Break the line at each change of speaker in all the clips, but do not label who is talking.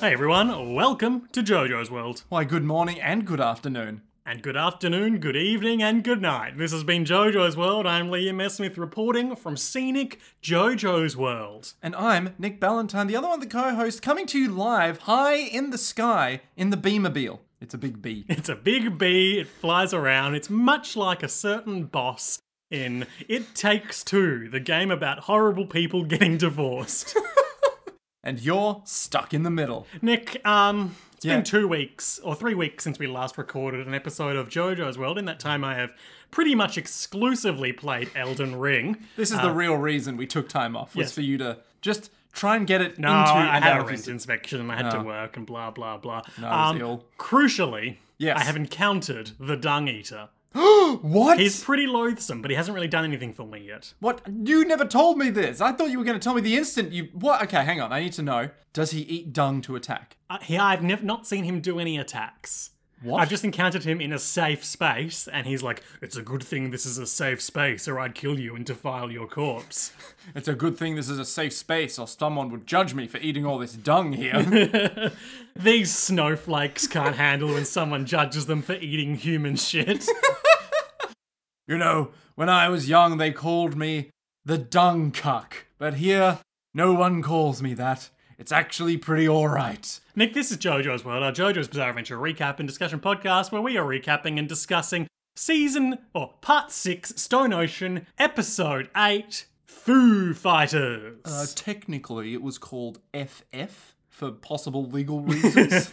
Hey everyone, welcome to JoJo's World.
Why, good morning and good afternoon.
And good afternoon, good evening, and good night. This has been JoJo's World. I'm Liam S. Smith reporting from scenic JoJo's World.
And I'm Nick Ballantyne, the other one, the co host, coming to you live high in the sky in the Beamermobile. It's a big B.
It's a big bee, it flies around. It's much like a certain boss in It Takes Two, the game about horrible people getting divorced.
and you're stuck in the middle.
Nick, um, it's
Yeah.
been two weeks or three weeks since we last recorded an episode of JoJo's World. In that time, I have pretty much exclusively played Elden Ring.
This is the real reason we took time off, was
Uh, yes.
for you to just try and get it
No,
into
I
and
had
out
a
of your
rent
system.
inspection and I had to work and blah blah blah. No,
was ill.
Crucially,
Yes.
I have encountered the dung eater.
What?
He's pretty loathsome, but he hasn't really done anything for me yet.
What? You never told me this. I thought you were going to tell me the instant you. What? Okay, hang on. I need to know. Does he eat dung to attack?
Uh, he, I've nev- not seen him do any attacks.
What?
I've just encountered him in a safe space, and he's like, "It's a good thing this is a safe space, or I'd kill you and defile your corpse."
It's a good thing this is a safe space, or someone would judge me for eating all this dung here.
These snowflakes can't handle when someone judges them for eating human shit.
you know, when I was young, they called me the dung cuck, but here, no one calls me that. It's actually pretty alright.
Nick, this is JoJo's World, our JoJo's Bizarre Adventure recap and discussion podcast where we are recapping and discussing season or part six, Stone Ocean, episode eight, Foo Fighters.
Uh, technically, it was called FF for possible legal reasons.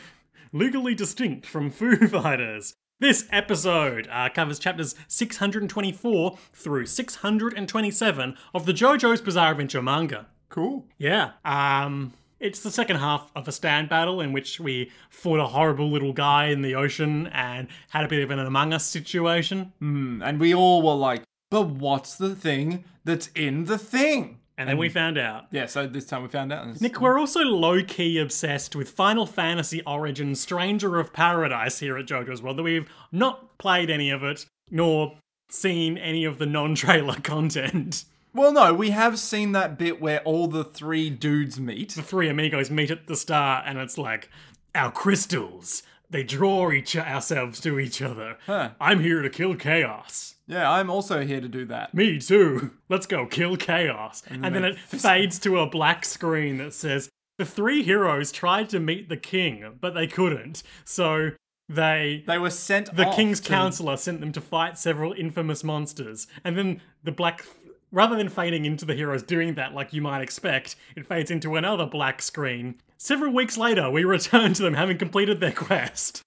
Legally distinct from Foo Fighters. This episode uh, covers chapters 624 through 627 of the JoJo's Bizarre Adventure manga.
cool.
Yeah. Um it's the second half of a stand battle in which we fought a horrible little guy in the ocean and had a bit of an Among Us situation.
Mm, And we all were like, but what's the thing that's in the thing?
And then we found out.
Yeah, so this time we found out. and it's-
Nick, we're also low key obsessed with Final Fantasy Origin Stranger of Paradise here at JoJo's World, though we've not played any of it nor seen any of the non trailer content.
Well, no, we have seen that bit where all the three dudes meet.
the three amigos meet at the star and it's like our crystals they draw each ourselves to each other i'm here to kill chaos
Yeah, I'm also here to do that.
me too let's go kill chaos and, then it fades to a black screen that says the three heroes tried to meet the king but they couldn't so they
They were sent.
the
off
king's
to-
counselor sent them to fight several infamous monsters and then the black rather than fading into the heroes doing that like you might expect it fades into another black screen several weeks later we return to them having completed their quest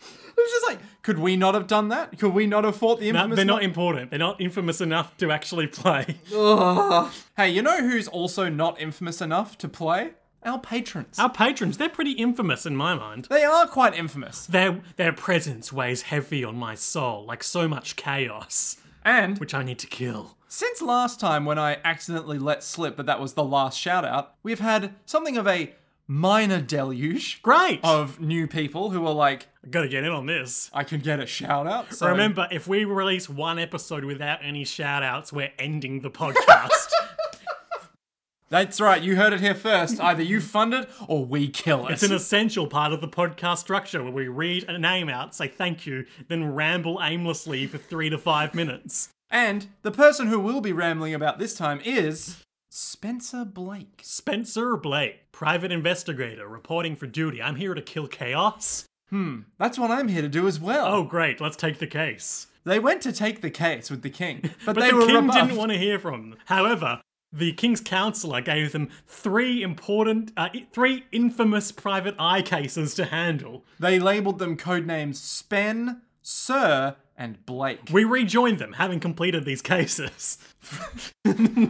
It was just like, could we not have done that? Could we not have fought the
No,
infamous?
they're not important they're not infamous enough to actually play
Ugh. Hey, you know who's also not infamous enough to play? Our patrons.
our patrons they're pretty infamous in my mind
they are quite infamous,
their their presence weighs heavy on my soul like so much chaos
and
which i need to kill
Since last time, when I accidentally let slip that that was the last shout out, we've had something of a minor deluge
great
of new people who are like,
gotta get in on this
I can get a shout out. So
Remember, if we release one episode without any shout outs, we're ending the podcast.
that's right, you heard it here first. Either you fund it or we kill it.
it's an essential part of the podcast structure where we read a name out, say thank you, then ramble aimlessly for three to five minutes.
and the person who will be rambling about this time is Spencer Blake.
Spencer Blake, private investigator, reporting for duty. I'm here to kill chaos.
That's what I'm here to do as well.
Oh, great, let's take the case.
They went to take the case with the king, but,
But
they
the
were
king
rebuffed.
didn't want to hear from them. However, the king's counselor gave them three important, uh, i- three infamous private eye cases to handle.
They labeled them codenames Spen, Sir, and Blake.
We rejoined them, having completed these cases.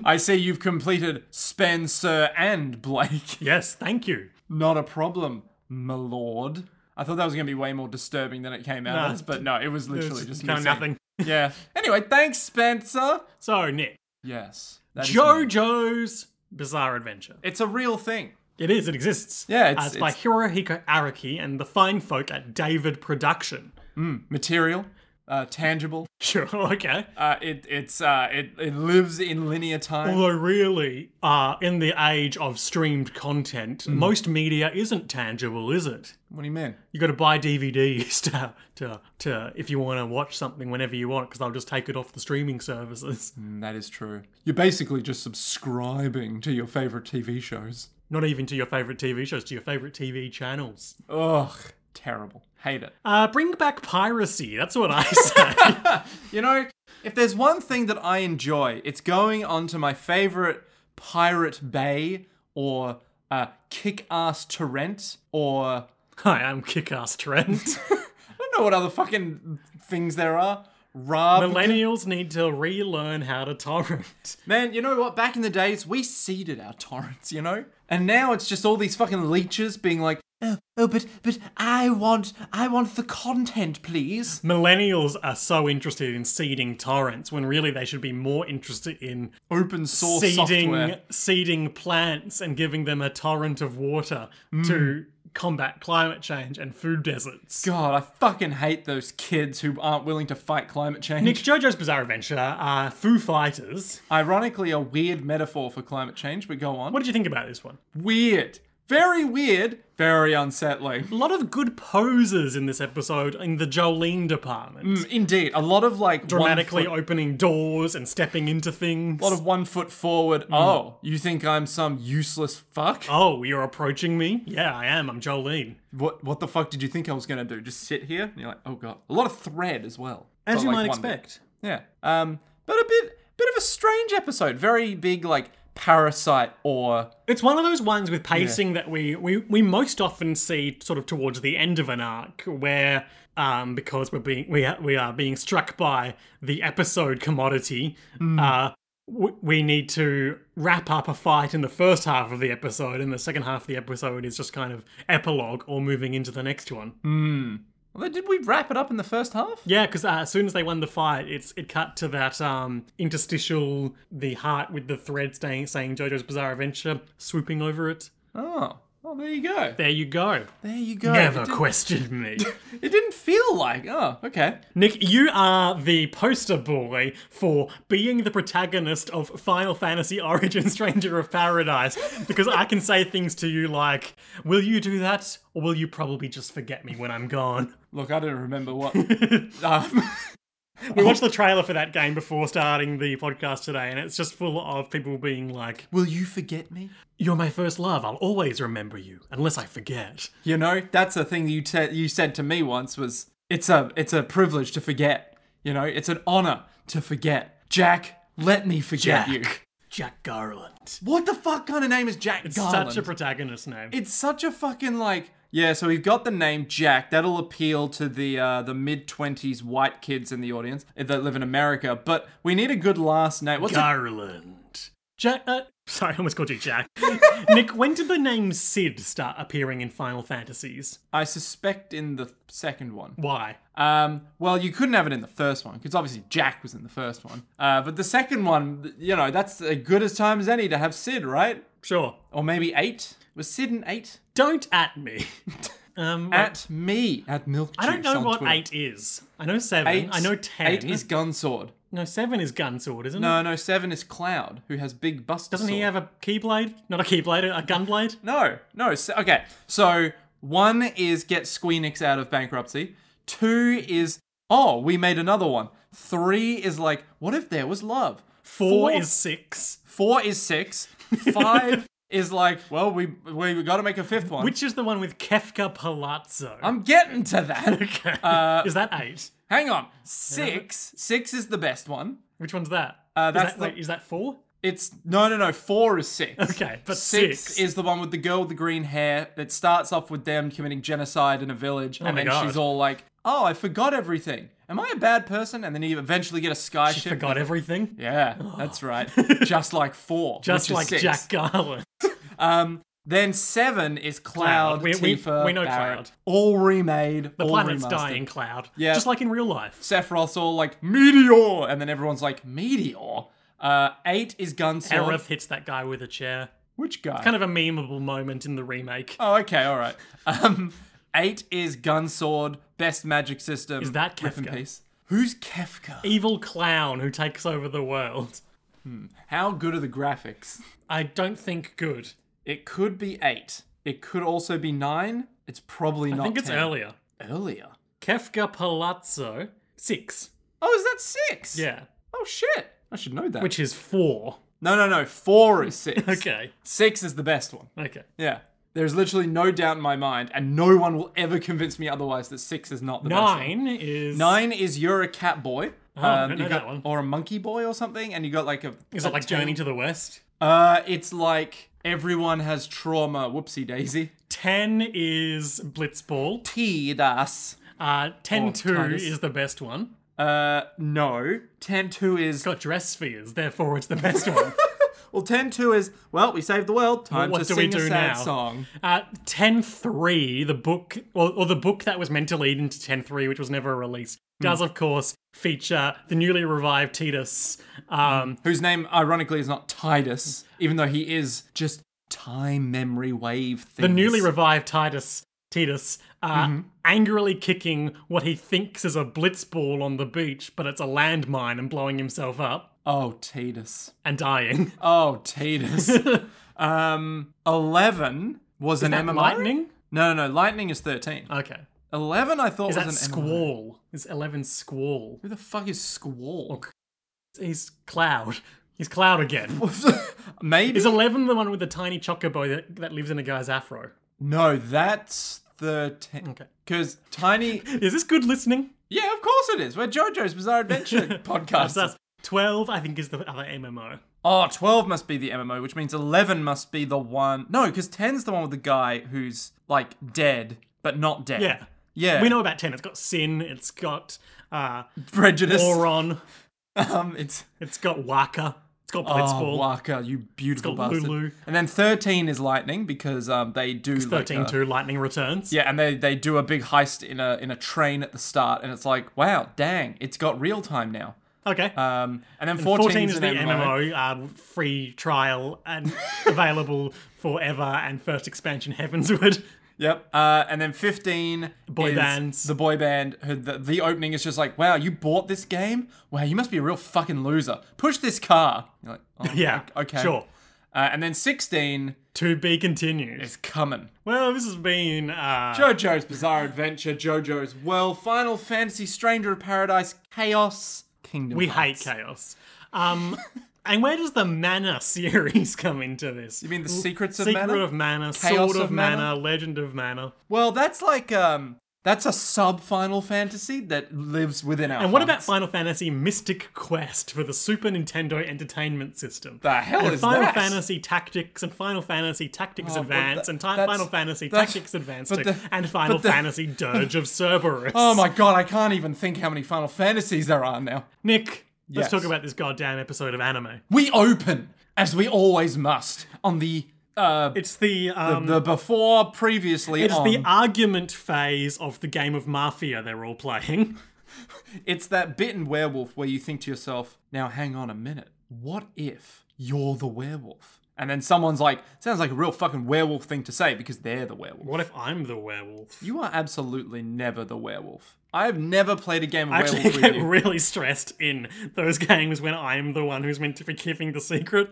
I see you've completed Spencer and Blake.
Yes, thank you.
Not a problem, my lord. I thought that was going to be way more disturbing than it came out
No.
as, but no, it was literally
It's
just
kind of
missing.
nothing.
Yeah. Anyway, thanks, Spencer.
So, Nick,
Yes. that is me.
JoJo's Bizarre Adventure.
It's a real thing.
It is, it exists.
Yeah,
Uh,
it's-
it's, by
it's-
Hirohiko Araki and the fine folk at David Production.
Material. uh, tangible.
Sure, okay.
Uh, it it's uh, it it lives in linear time.
Although, really, uh, in the age of streamed content, most media isn't tangible, is it?
What do you mean?
You got to buy DVDs to, to, to if you want to watch something whenever you want, because they'll just take it off the streaming services.
Mm, That is true. You're basically just subscribing to your favorite TV shows.
Not even to your favorite TV shows, to your favorite TV channels.
Ugh, terrible. Hate it.
Uh, bring back piracy. That's what I say.
You know, if there's one thing that I enjoy, it's going onto my favorite Pirate Bay or uh, Kick Ass Torrent or
Hi, I'm Kickass Trent.
I don't know what other fucking things there are. Rob.
Millennials need to relearn how to torrent.
Man, you know what? Back in the days, we seeded our torrents, you know? And now it's just all these fucking leeches being like, oh, oh, but, but I want, I want the content, please.
Millennials are so interested in seeding torrents when really they should be more interested in
Open source
seeding
software.
seeding plants and giving them a torrent of water to combat climate change and food deserts.
God, I fucking hate those kids who aren't willing to fight climate change.
Nick, JoJo's Bizarre Adventure are Foo Fighters.
Ironically, a weird metaphor for climate change, but go on.
What did you think about this one?
Weird. Very weird. Very unsettling.
A lot of good poses in this episode in the Jolene department.
Mm, Indeed, a lot of like
Dramatically
one
opening doors and stepping into things.
foot, lot of one foot forward.
Mm.
Oh, you think I'm some useless fuck?
oh, you're approaching me? Yeah, I am. I'm Jolene.
What what the fuck did you think I was gonna do? Just sit here? And you're like, oh god, a lot of thread as well.
As
But,
you
like,
might
one bit.
expect.
Yeah. Um, but a bit bit of a strange episode. Very big like parasite or
It's one of those ones with pacing that we, we we most often see sort of towards the end of an arc, where um, because we're being we are, we are being struck by the episode commodity, uh, w- we need to wrap up a fight in the first half of the episode, and the second half of the episode is just kind of epilogue or moving into the next one.
Although, did we wrap it up in the first half?
Yeah, because uh, as soon as they won the fight, it's it cut to that um, interstitial the heart with the thread staying, saying JoJo's Bizarre Adventure swooping over it.
Oh. Oh, there you go.
There you go.
There you go.
Never
It, did,
question me.
it didn't feel like. Oh, okay.
Nick, you are the poster boy for being the protagonist of Final Fantasy Origin Stranger of Paradise because I can say things to you like, Will you do that? Or will you probably just forget me when I'm gone?
Look, I don't remember what. um,
We watched the trailer for that game before starting the podcast today, and it's just full of people being like,
will you forget me?
You're my first love. I'll always remember you, unless I forget.
You know, that's a thing you te- you said to me once was it's a it's a privilege to forget. You know, it's an honor to forget. Jack, let me
Jack.
forget you.
Jack Garland.
What the fuck kind of name is Jack Garland?
Such a protagonist name.
it's such a fucking like yeah. So we've got the name Jack. That'll appeal to the uh, the mid twenties white kids in the audience that live in America. But we need a good last name. What's a-
Garland. Jack. Uh, sorry, I almost called you Jack. Nick, when did the name Sid start appearing in Final Fantasies?
I suspect in the second one.
Why? Uh,
Um, well, you couldn't have it in the first one because obviously Jack was in the first one. Uh, but the second one, th- you know, that's as good as time as any to have Sid, right?
Sure.
Or maybe eight. Was Sid an eight?
Don't at me. Um,
At me at Milk.
I don't know what eight is. I know seven. I know ten.
Eight is Gunsword.
no, seven is Gunsword, isn't it?
No, no, seven is Cloud, who has Big Buster.
Doesn't he
Sword.
have a keyblade? Not a keyblade, a gunblade?
No, no. s okay, so one is get Squeenix out of bankruptcy. Two is oh, we made another one. Three is like, what if there was love?
Four, is six.
Four is six. Five is like, well, we we got to make a fifth one.
Which is the one with Kefka Palazzo?
I'm getting to that. Uh,
okay. is that eight?
Hang on. Six. Six is the best one.
Which one's that?
Uh,
Is
that's
that
the-
wait, is that four?
It's no, no, no. Four is six.
Okay, but
six,
six.
is the one with the girl with the green hair that starts off with them committing genocide in a village, and
my
then
God.
she's all like, "Oh, I forgot everything. Am I a bad person?" And then you eventually get a sky
She
ship.
forgot everything.
Yeah, that's right. Just like four.
Just
which is
like
six.
Jack Garland.
Um, then seven is Cloud,
Cloud. We- we-
Tifa,
we know
Barrett.
Cloud.
All remade.
The
all
planet's
remastered.
dying, Cloud.
Yeah.
Just like in real life.
Sephiroth's all like, Meteor! And then everyone's like, Meteor? Uh, eight is Gunsword.
Aerith hits that guy with a chair.
Which guy?
Kind of a memeable moment in the remake.
oh, okay, all right. Um, eight is Gunsword, best magic system.
Is that
Rip in
Kefka?
peace. Who's Kefka?
evil clown who takes over the world.
How good are the graphics?
I don't think good.
It could be eight. It could also be nine. It's probably not.
I think it's
10.
earlier.
Earlier.
Kefka Palazzo, six.
Oh, is that six?
Yeah.
Oh shit. I should know that.
Which is four.
No, no, no. Four is six.
Okay.
Six is the best one.
Okay.
Yeah. There's literally no doubt in my mind, and no one will ever convince me otherwise that six is not the best. one.
Nine is.
Nine is you're a cat boy.
Oh,
Um,
I don't
you
know
got,
that one.
Or a monkey boy or something, and you got like a.
Is
a
it like
tail.
Journey to the West?
Uh, it's like everyone has trauma. Whoopsie daisy.
Ten is Blitzball.
T das.
Uh, ten two
Titus.
is the best one.
Uh, no. Ten two is.
Got dress spheres, therefore it's the best one.
Well, ten two is. Well, we saved the world. Time
what
to
do
sing
we
a
do now?
sad song.
Uh, ten three, the book or, or the book that was meant to lead into ten three, which was never released,
Hmm.
does of course feature the newly revived Titus. Um,
Whose name, ironically, is not Titus, even though he is just time memory wave things.
the newly revived Titus Titus uh,
Mm-hmm.
angrily kicking what he thinks is a blitzball on the beach, but it's a landmine and blowing himself up
Oh, Titus.
and dying.
Oh, Titus. um, eleven was an
That
MMR.
lightning?
No, no, no. Lightning is thirteen.
Okay.
Eleven, I thought
Is
was
that
an MMR.
Squall? Is Eleven Squall?
Who the fuck is Squall?
He's Cloud. He's Cloud again.
Maybe.
Is Eleven the one with the tiny chocobo that, that lives in a guy's afro?
no, that's thirteen.
Okay.
Because Tiny.
Is this good listening?
Yeah, of course it is. We're JoJo's Bizarre Adventure
That's
podcast.
us. Twelve, I think, is the other MMO.
Oh, 12 must be the MMO, which means 11 must be the one. No, because 10's the one with the guy who's, like, dead, but not dead.
Yeah.
Yeah.
We know about ten. It's got Sin. It's got uh,
Prejudice.
Oron.
um, it's.
It's got Waka. It's got
Oh,
Blitzball.
Waka, you beautiful
got
bastard.
Lulu.
And then 13 is Lightning, because um, they do. like,
Thirteen
uh,
two. Lightning returns.
Yeah, and they, they do a big heist in a in a train at the start, and it's like, wow, dang, it's got real time now.
Okay.
Um, and then 14
14, is
an
the MMO, uh, free trial and available forever and first expansion heavensward.
Yep. Uh, and then 15
Boy
is
bands.
The boy band. who- The, the opening is just like, wow, you bought this game? Wow, you must be a real fucking loser. Push this car. You're like, oh,
Yeah.
okay.
Sure.
Uh, and then 16
To be continued.
is coming.
Well, this has been uh,
JoJo's Bizarre Adventure, JoJo's Well, Final Fantasy, Stranger of Paradise, Chaos, Kingdom
we hate
Hearts.
chaos. Um, and where does the mana series come into this?
You mean the secrets of
Secret
mana?
of Mana,
Chaos
Sword of,
of
mana?
Mana?
Legend of Mana.
well, that's like um, that's a sub Final Fantasy that lives within our.
And what about
hearts.
Final Fantasy Mystic Quest for the Super Nintendo Entertainment System?
the hell
and
is
Final
that? Oh,
Fantasy Tactics and Final Fantasy Tactics
but
Advance
tha-
and ti-
that's-
Final Fantasy
that's-
Tactics Advance
but
2
the-
and Final
but the-
Fantasy Dirge of Cerberus.
Oh my god, I can't even think how many Final Fantasies there are now.
Nick, let's
Yes.
talk about this goddamn episode of anime.
We open, as we always must, on the uh
It's the um,
the before previously
it's
on.
the argument phase of the game of Mafia they're all playing.
it's that bit in werewolf where you think to yourself, now hang on a minute, what if you're the werewolf? And then someone's like, sounds like a real fucking werewolf thing to say because they're the werewolf.
What if I'm the werewolf?
You are absolutely never the werewolf. I have never played a game of
I actually
werewolf with
get
you.
really stressed in those games when I'm the one who's meant to be keeping the secret.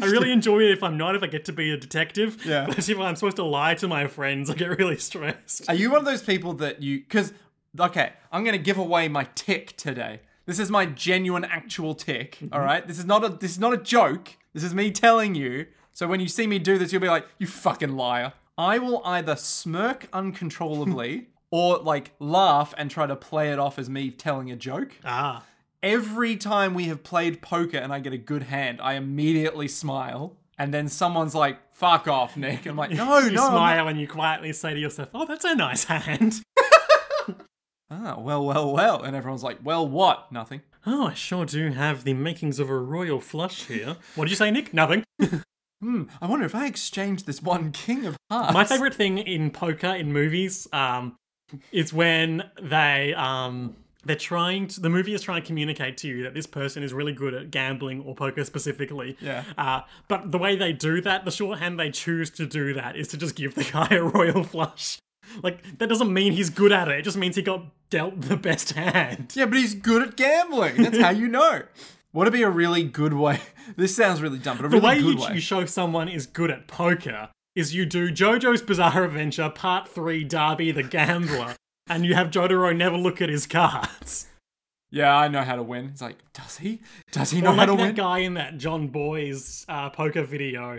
I really enjoy it if I'm not, if I get to be a detective.
Yeah.
But if I'm supposed to lie to my friends, I get really stressed.
Are you one of those people that you cuz okay, I'm going to give away my tick today. This is my genuine actual tick,
Mm-hmm.
all right? This is not a this is not a joke. This is me telling you. So when you see me do this, you'll be like, "You fucking liar." I will either smirk uncontrollably or like laugh and try to play it off as me telling a joke.
Ah.
Every time we have played poker and I get a good hand, I immediately smile. And then someone's like, fuck off, Nick. And I'm like, no,
you
no. I'm not-
smile and you quietly say to yourself, oh, that's a nice hand.
Ah, well, well, well. And everyone's like, well, what? Nothing.
Oh, I sure do have the makings of a royal flush here. What did you say, Nick? Nothing.
Hmm, I wonder if I exchange this one king of hearts.
My favorite thing in poker in movies um, is when they um, they're trying to, the movie is trying to communicate to you that this person is really good at gambling or poker specifically.
Yeah.
Uh, but the way they do that, the shorthand they choose to do that is to just give the guy a royal flush. Like, that doesn't mean he's good at it, it just means he got dealt the best hand.
Yeah, but he's good at gambling. That's how you know. What'd be a really good way? This sounds really dumb, but a
The
really
way
good
you,
way.
you show someone is good at poker is you do JoJo's Bizarre Adventure Part 3 Darby the Gambler, and you have Jotaro never look at his cards.
yeah, I know how to win. It's like, does he? Does he know
Or
how
like
to
that
win?
guy in that John Boy's uh, poker video,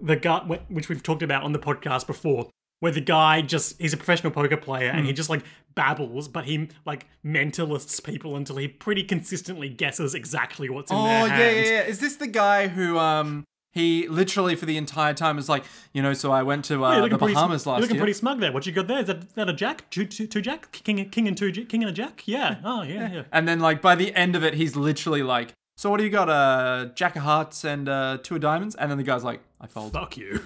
the guy wh- which we've talked about on the podcast before, where the guy just he's a professional poker player
Hmm.
and he just like babbles, but he like mentalists people until he pretty consistently guesses exactly what's in
Oh
their
yeah, yeah,
hand.
yeah. Is this the guy who um he literally for the entire time is like, you know, so I went to uh,
Oh, You're
the
looking pretty sm-
Bahamas
you're
last
looking
year.
pretty smug there. What you got there? Is that, is that a jack? Two, two, two jack? King, king and two, j- king and a jack? Yeah. Oh yeah, yeah.
And then like by the end of it, he's literally like, so what do you got? Uh, jack of hearts and uh, two of diamonds. And then the guy's like, I fold.
Fuck you.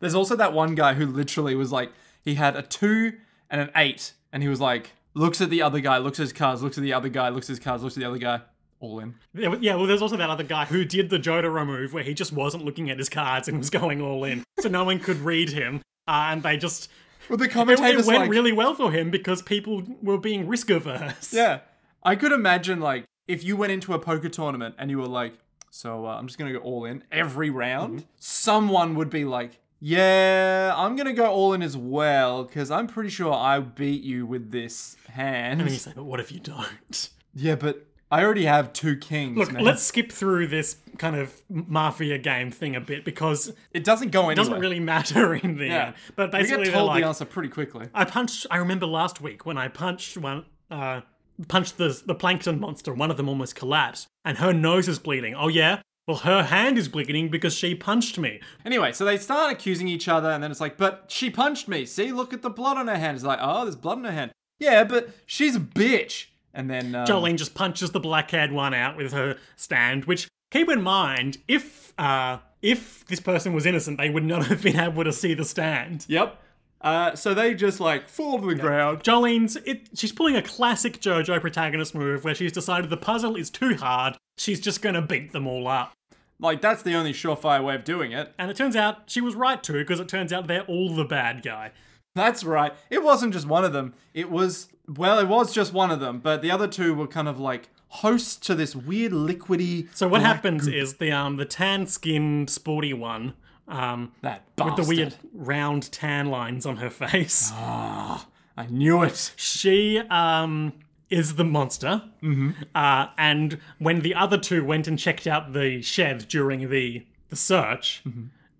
There's also that one guy who literally was like, he had a two and an eight, and he was like, looks at the other guy, looks at his cards, looks at the other guy, looks at his cards, looks at the other guy, all in.
Yeah, well- yeah, well, there's also that other guy who did the Jotaro move where he just wasn't looking at his cards and was going all in, so no one could read him, uh, and they just
Well, the
it, it
commentators
went really well for him because people were being risk averse.
yeah. I could imagine like if you went into a poker tournament and you were like, so uh, I'm just gonna go all in every round.
Mm-hmm.
Someone would be like. Yeah, I'm gonna go all in as well because I'm pretty sure I beat you with this hand.
And he's like, but what if you don't?
yeah, but I already have two kings.
Look,
man.
let's skip through this kind of mafia game thing a bit because it
it doesn't go anywhere.
doesn't really matter in the
Yeah.
end. But
We
basically,
get
they're
told
like,
the answer pretty quickly.
I punched. I remember last week when I punched one, uh, punched the the plankton monster. One of them almost collapsed, and her nose is bleeding. Oh yeah, well her hand is bleeding because she punched me.
Anyway, so they start accusing each other, and then it's like, but she punched me. See, look at the blood on her hand. It's like, oh, there's blood on her hand. Yeah, but she's a bitch. And then um,
Jolene just punches the black-haired one out with her stand. Which keep in mind, if uh, if this person was innocent, they would not have been able to see the stand.
Yep. Uh, so they just like fall to the ground.
Jolene's it she's pulling a classic JoJo protagonist move where she's decided the puzzle is too hard. She's just gonna beat them all up.
Like that's the only surefire way of doing it.
And it turns out she was right too, because it turns out they're all the bad guy.
That's right. It wasn't just one of them. It was well, it was just one of them, but the other two were kind of like hosts to this weird liquidy.
So what happens is the um the tan skinned sporty one um
that
with
bastard.
the weird round tan lines on her face.
I knew it.
She um is the monster. Mm-hmm. Uh, and when the other two went and checked out the shed during the the search,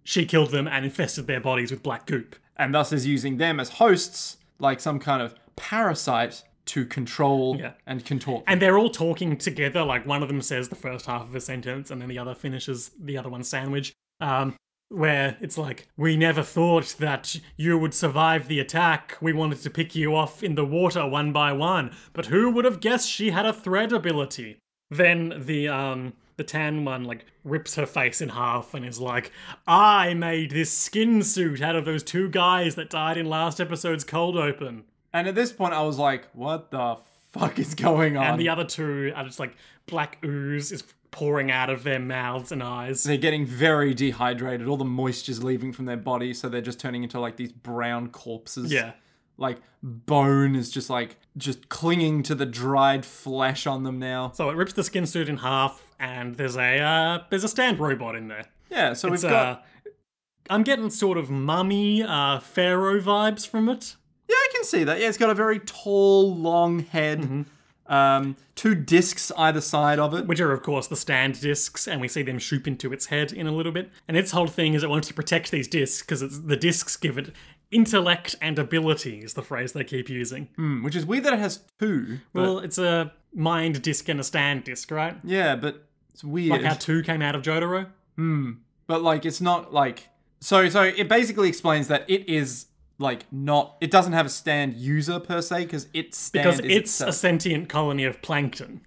she killed them and infested their bodies with black goop.
and thus is using them as hosts, like some kind of parasite to control
Yeah.
and contort.
And they're all talking together. Like one of them says the first half of a sentence, and then the other finishes the other one's sandwich. Um, where it's like, we never thought that you would survive the attack. We wanted to pick you off in the water one by one, but who would have guessed she had a thread ability? Then the um the tan one like rips her face in half and is like, I made this skin suit out of those two guys that died in last episode's cold open.
and at this point, I was like, "What the fuck is going on?"
And the other two are just like black ooze is pouring out of their mouths and eyes.
they're getting very dehydrated. All the moisture's leaving from their body, so they're just turning into like these brown corpses.
Yeah.
Like bone is just like just clinging to the dried flesh on them now.
So it rips the skin suit in half, and there's a uh, there's a stand robot in there.
Yeah, so
It's,
we've got
uh, I'm getting sort of mummy uh, pharaoh vibes from it.
Yeah, I can see that. Yeah, it's got a very tall, long head.
Mm-hmm.
Um, two discs either side of it.
which are of course the stand discs, and we see them shoop into its head in a little bit. And its whole thing is it wants to protect these discs because the discs give it intellect and ability is the phrase they keep using.
Mm, which is weird that it has two. but-
Well, it's a mind disc and a stand disc, right?
yeah, but it's weird.
Like how two came out of Jotaro.
but like, it's not like so. So it basically explains that it is like not. It doesn't have a stand user per se because its stand
Because
is
it's a
itself.
sentient colony of plankton.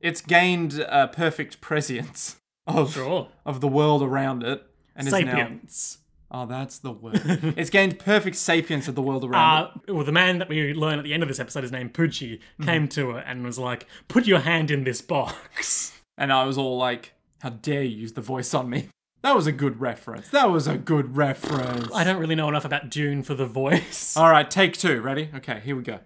it's gained uh, perfect prescience of
Sure.
of the world around it. And is now,
Sapiens.
oh, that's the word. it's gained perfect sapience of the world around it.
Uh, well, the man that we learn at the end of this episode is named Pucci,
Mm-hmm.
came to it and was like, put your hand in this box.
And I was all like, "How dare you use the voice on me?" That was a good reference. That was a good reference.
I don't really know enough about Dune for the voice.
All right, take two. Ready? Okay, here we go.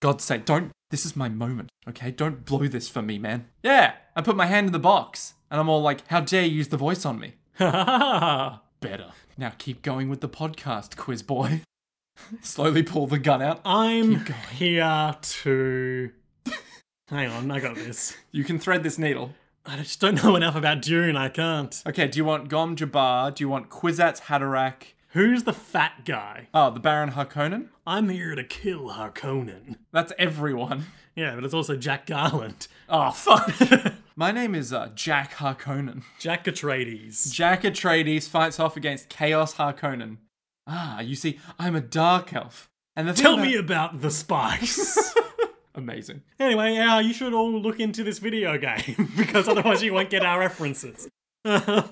God's sake, don't. This is my moment, okay? Don't blow this for me, man. Yeah, I put my hand in the box, and I'm all like, how dare you use the voice on me? Uh,
Better.
Now keep going with the podcast, quiz boy. Slowly pull the gun out. Oh,
I'm here to. Hang on, I got this.
You can thread this needle.
I just don't know enough about Dune. I can't.
Okay, do you want Gom Jabbar? Do you want Kwisatz Haderach?
Who's the fat guy?
Oh, the Baron Harkonnen?
I'm here to kill Harkonnen.
That's everyone.
Yeah, but it's also Jack Garland,
Oh, fuck. my name is uh, Jack Harkonnen.
Jack Atreides.
Jack Atreides fights off against Chaos Harkonnen. Ah, you see, I'm a dark elf. And the thing
Tell
that-
me about the spice.
Amazing.
Anyway, uh, you should all look into this video game because otherwise you won't get our references. the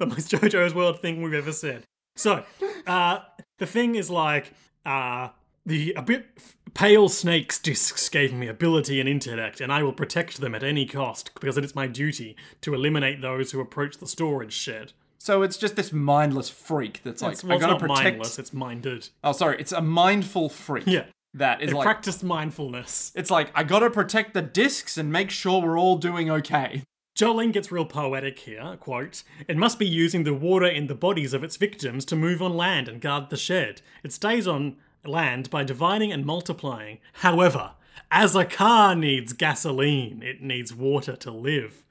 most JoJo's World thing we've ever said. So, uh, the thing is like uh, the a bit pale snake's discs gave me ability and intellect, and I will protect them at any cost because it's my duty to eliminate those who approach the storage shed.
So it's just this mindless freak that's like,
It's, well,
I
it's
gotta
not
protect.
mindless; it's minded.
Oh, sorry, it's a mindful freak.
Yeah.
That is
It
like,
practiced mindfulness.
it's like, I gotta protect the discs and make sure we're all doing okay.
Jolene gets real poetic here, quote, It must be using the water in the bodies of its victims to move on land and guard the shed. It stays on land by dividing and multiplying. However, as a car needs gasoline, it needs water to live.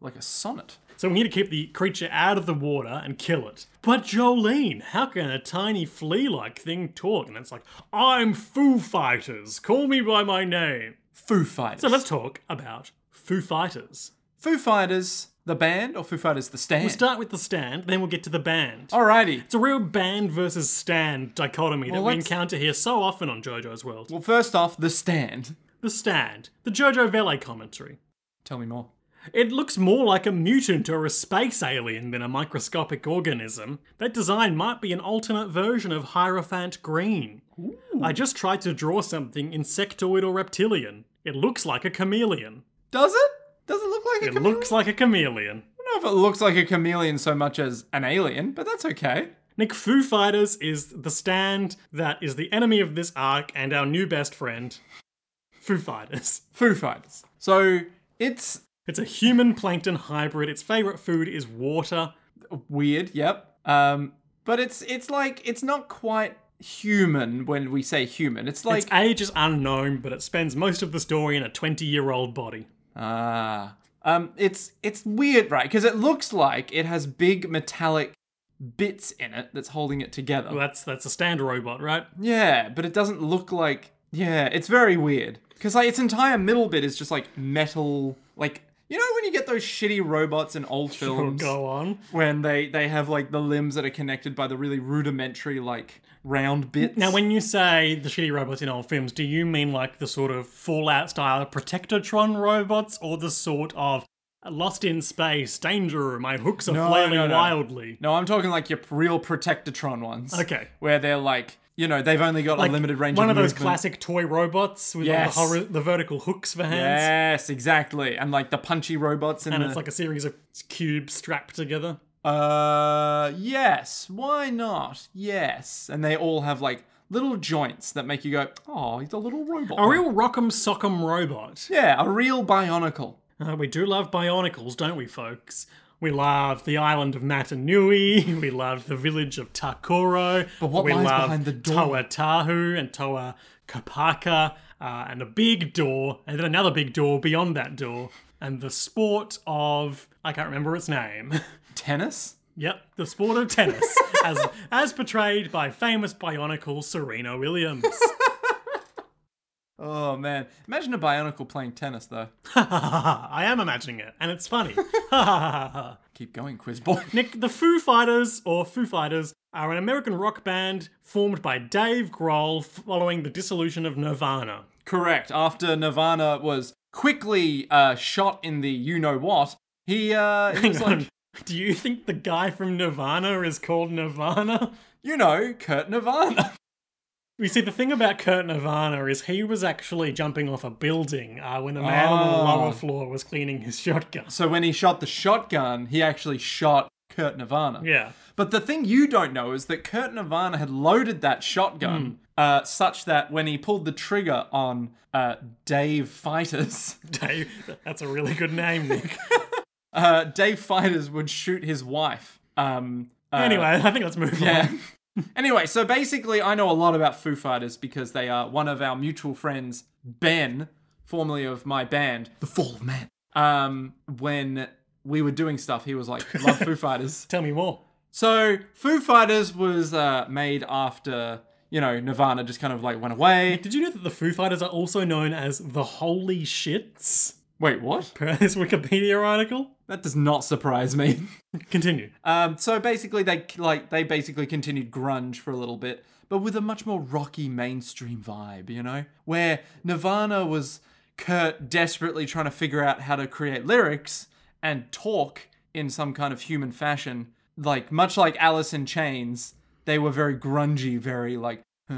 Like a sonnet.
So we need to keep the creature out of the water and kill it. But Jolene, how can a tiny flea-like thing talk? And it's like, I'm Foo Fighters, call me by my name.
Foo Fighters.
So let's talk about Foo Fighters.
Foo Fighters, the band, or Foo Fighters, the stand?
Start with the stand, then we'll get to the band.
Alrighty.
It's a real band versus stand dichotomy that we
let's-
encounter here so often on JoJo's World.
Well, first off, the stand.
The stand, the JoJo Vele commentary.
Tell me more.
It looks more like a mutant or a space alien than a microscopic organism. That design might be an alternate version of Hierophant Green. I just tried to draw something insectoid or reptilian. It looks like a chameleon.
Does it? Does it look like a
It
chameleon?
looks like a chameleon.
I don't know if it looks like a chameleon so much as an alien, but that's okay.
Nick, Foo Fighters is the stand that is the enemy of this arc and our new best friend, Foo Fighters.
Foo Fighters. So it's
It's a human plankton hybrid. Its favorite food is water.
weird, yep. Um, but it's it's like it's not quite human when we say human. It's like
Its age is unknown, but it spends most of the story in a 20 year old body.
ah, um, it's it's weird, right? Because it looks like it has big metallic bits in it that's holding it together.
Well, that's, that's a stand robot, right?
Yeah, but it doesn't look like. Yeah, it's very weird. Because like its entire middle bit is just like metal, like you know when you get those shitty robots in old
We'll
films
Oh, go on.
when they they have like the limbs that are connected by the really rudimentary like round bits.
Now, when you say the shitty robots in old films, do you mean like the sort of Fallout style Protectotron robots or the sort of Lost in Space, Danger Room, my hooks are
No,
flailing
no, no.
wildly?
no, I'm talking like your real Protectatron ones.
Okay.
where they're like you know they've only got
Like
a limited range.
One of those
movement.
classic toy robots with
Yes.
like the, hori- the vertical hooks for hands.
Yes, exactly, and like the punchy robots in
And
the.
it's like a series of cubes strapped together.
Uh, yes. Why not? Yes. And they all have like little joints that make you go, oh, he's a little robot.
A real rock'em sock'em robot.
yeah, a real bionicle.
Uh, we do love Bionicles, don't we, folks? We love the island of Matanui. We love the village of Takoro. But
what
we
lies
love
behind the door?
Toa Tahu and Toa Kapaka, uh, and a big door, and then another big door beyond that door, and the sport of I can't remember its name.
Tennis?
Yep, the sport of tennis, as as portrayed by famous Bionicle Serena Williams.
Oh, man. Imagine a bionicle playing tennis, though.
I am imagining it, and it's funny.
Keep going, quiz boy.
Nick, the Foo Fighters, or Foo Fighters, are an American rock band formed by Dave Grohl following the dissolution of Nirvana.
Correct. After Nirvana was quickly uh, shot in the you know what, he, uh, he was like,
Do you think the guy from Nirvana is called Nirvana?
you know, Kurt Nirvana.
You see, the thing about Kurt Nirvana is he was actually jumping off a building uh, when the man on the
Ah.
lower floor was cleaning his shotgun.
So when he shot the shotgun, he actually shot Kurt Nirvana.
Yeah.
But the thing you don't know is that Kurt Nirvana had loaded that shotgun uh, such that when he pulled the trigger on uh, Dave Fighters,
Dave, that's a really good name, Nick.
uh, Dave Fighters would shoot his wife. Um, uh,
anyway, I think let's move
Yeah.
on.
anyway, so basically, I know a lot about Foo Fighters because they are one of our mutual friends, Ben, formerly of my band, The Fall of Man. Um, when we were doing stuff, he was like, "Love Foo Fighters."
Tell me more.
So Foo Fighters was uh, made after you know Nirvana just kind of like went away.
Did you know that the Foo Fighters are also known as the Holy Shits?
Wait, what?
Per this Wikipedia article.
That does not surprise me.
Continue.
Um, so basically, they like they basically continued grunge for a little bit, but with a much more rocky mainstream vibe, you know, where Nirvana was Kurt desperately trying to figure out how to create lyrics and talk in some kind of human fashion, like much like Alice in Chains. They were very grungy, very like.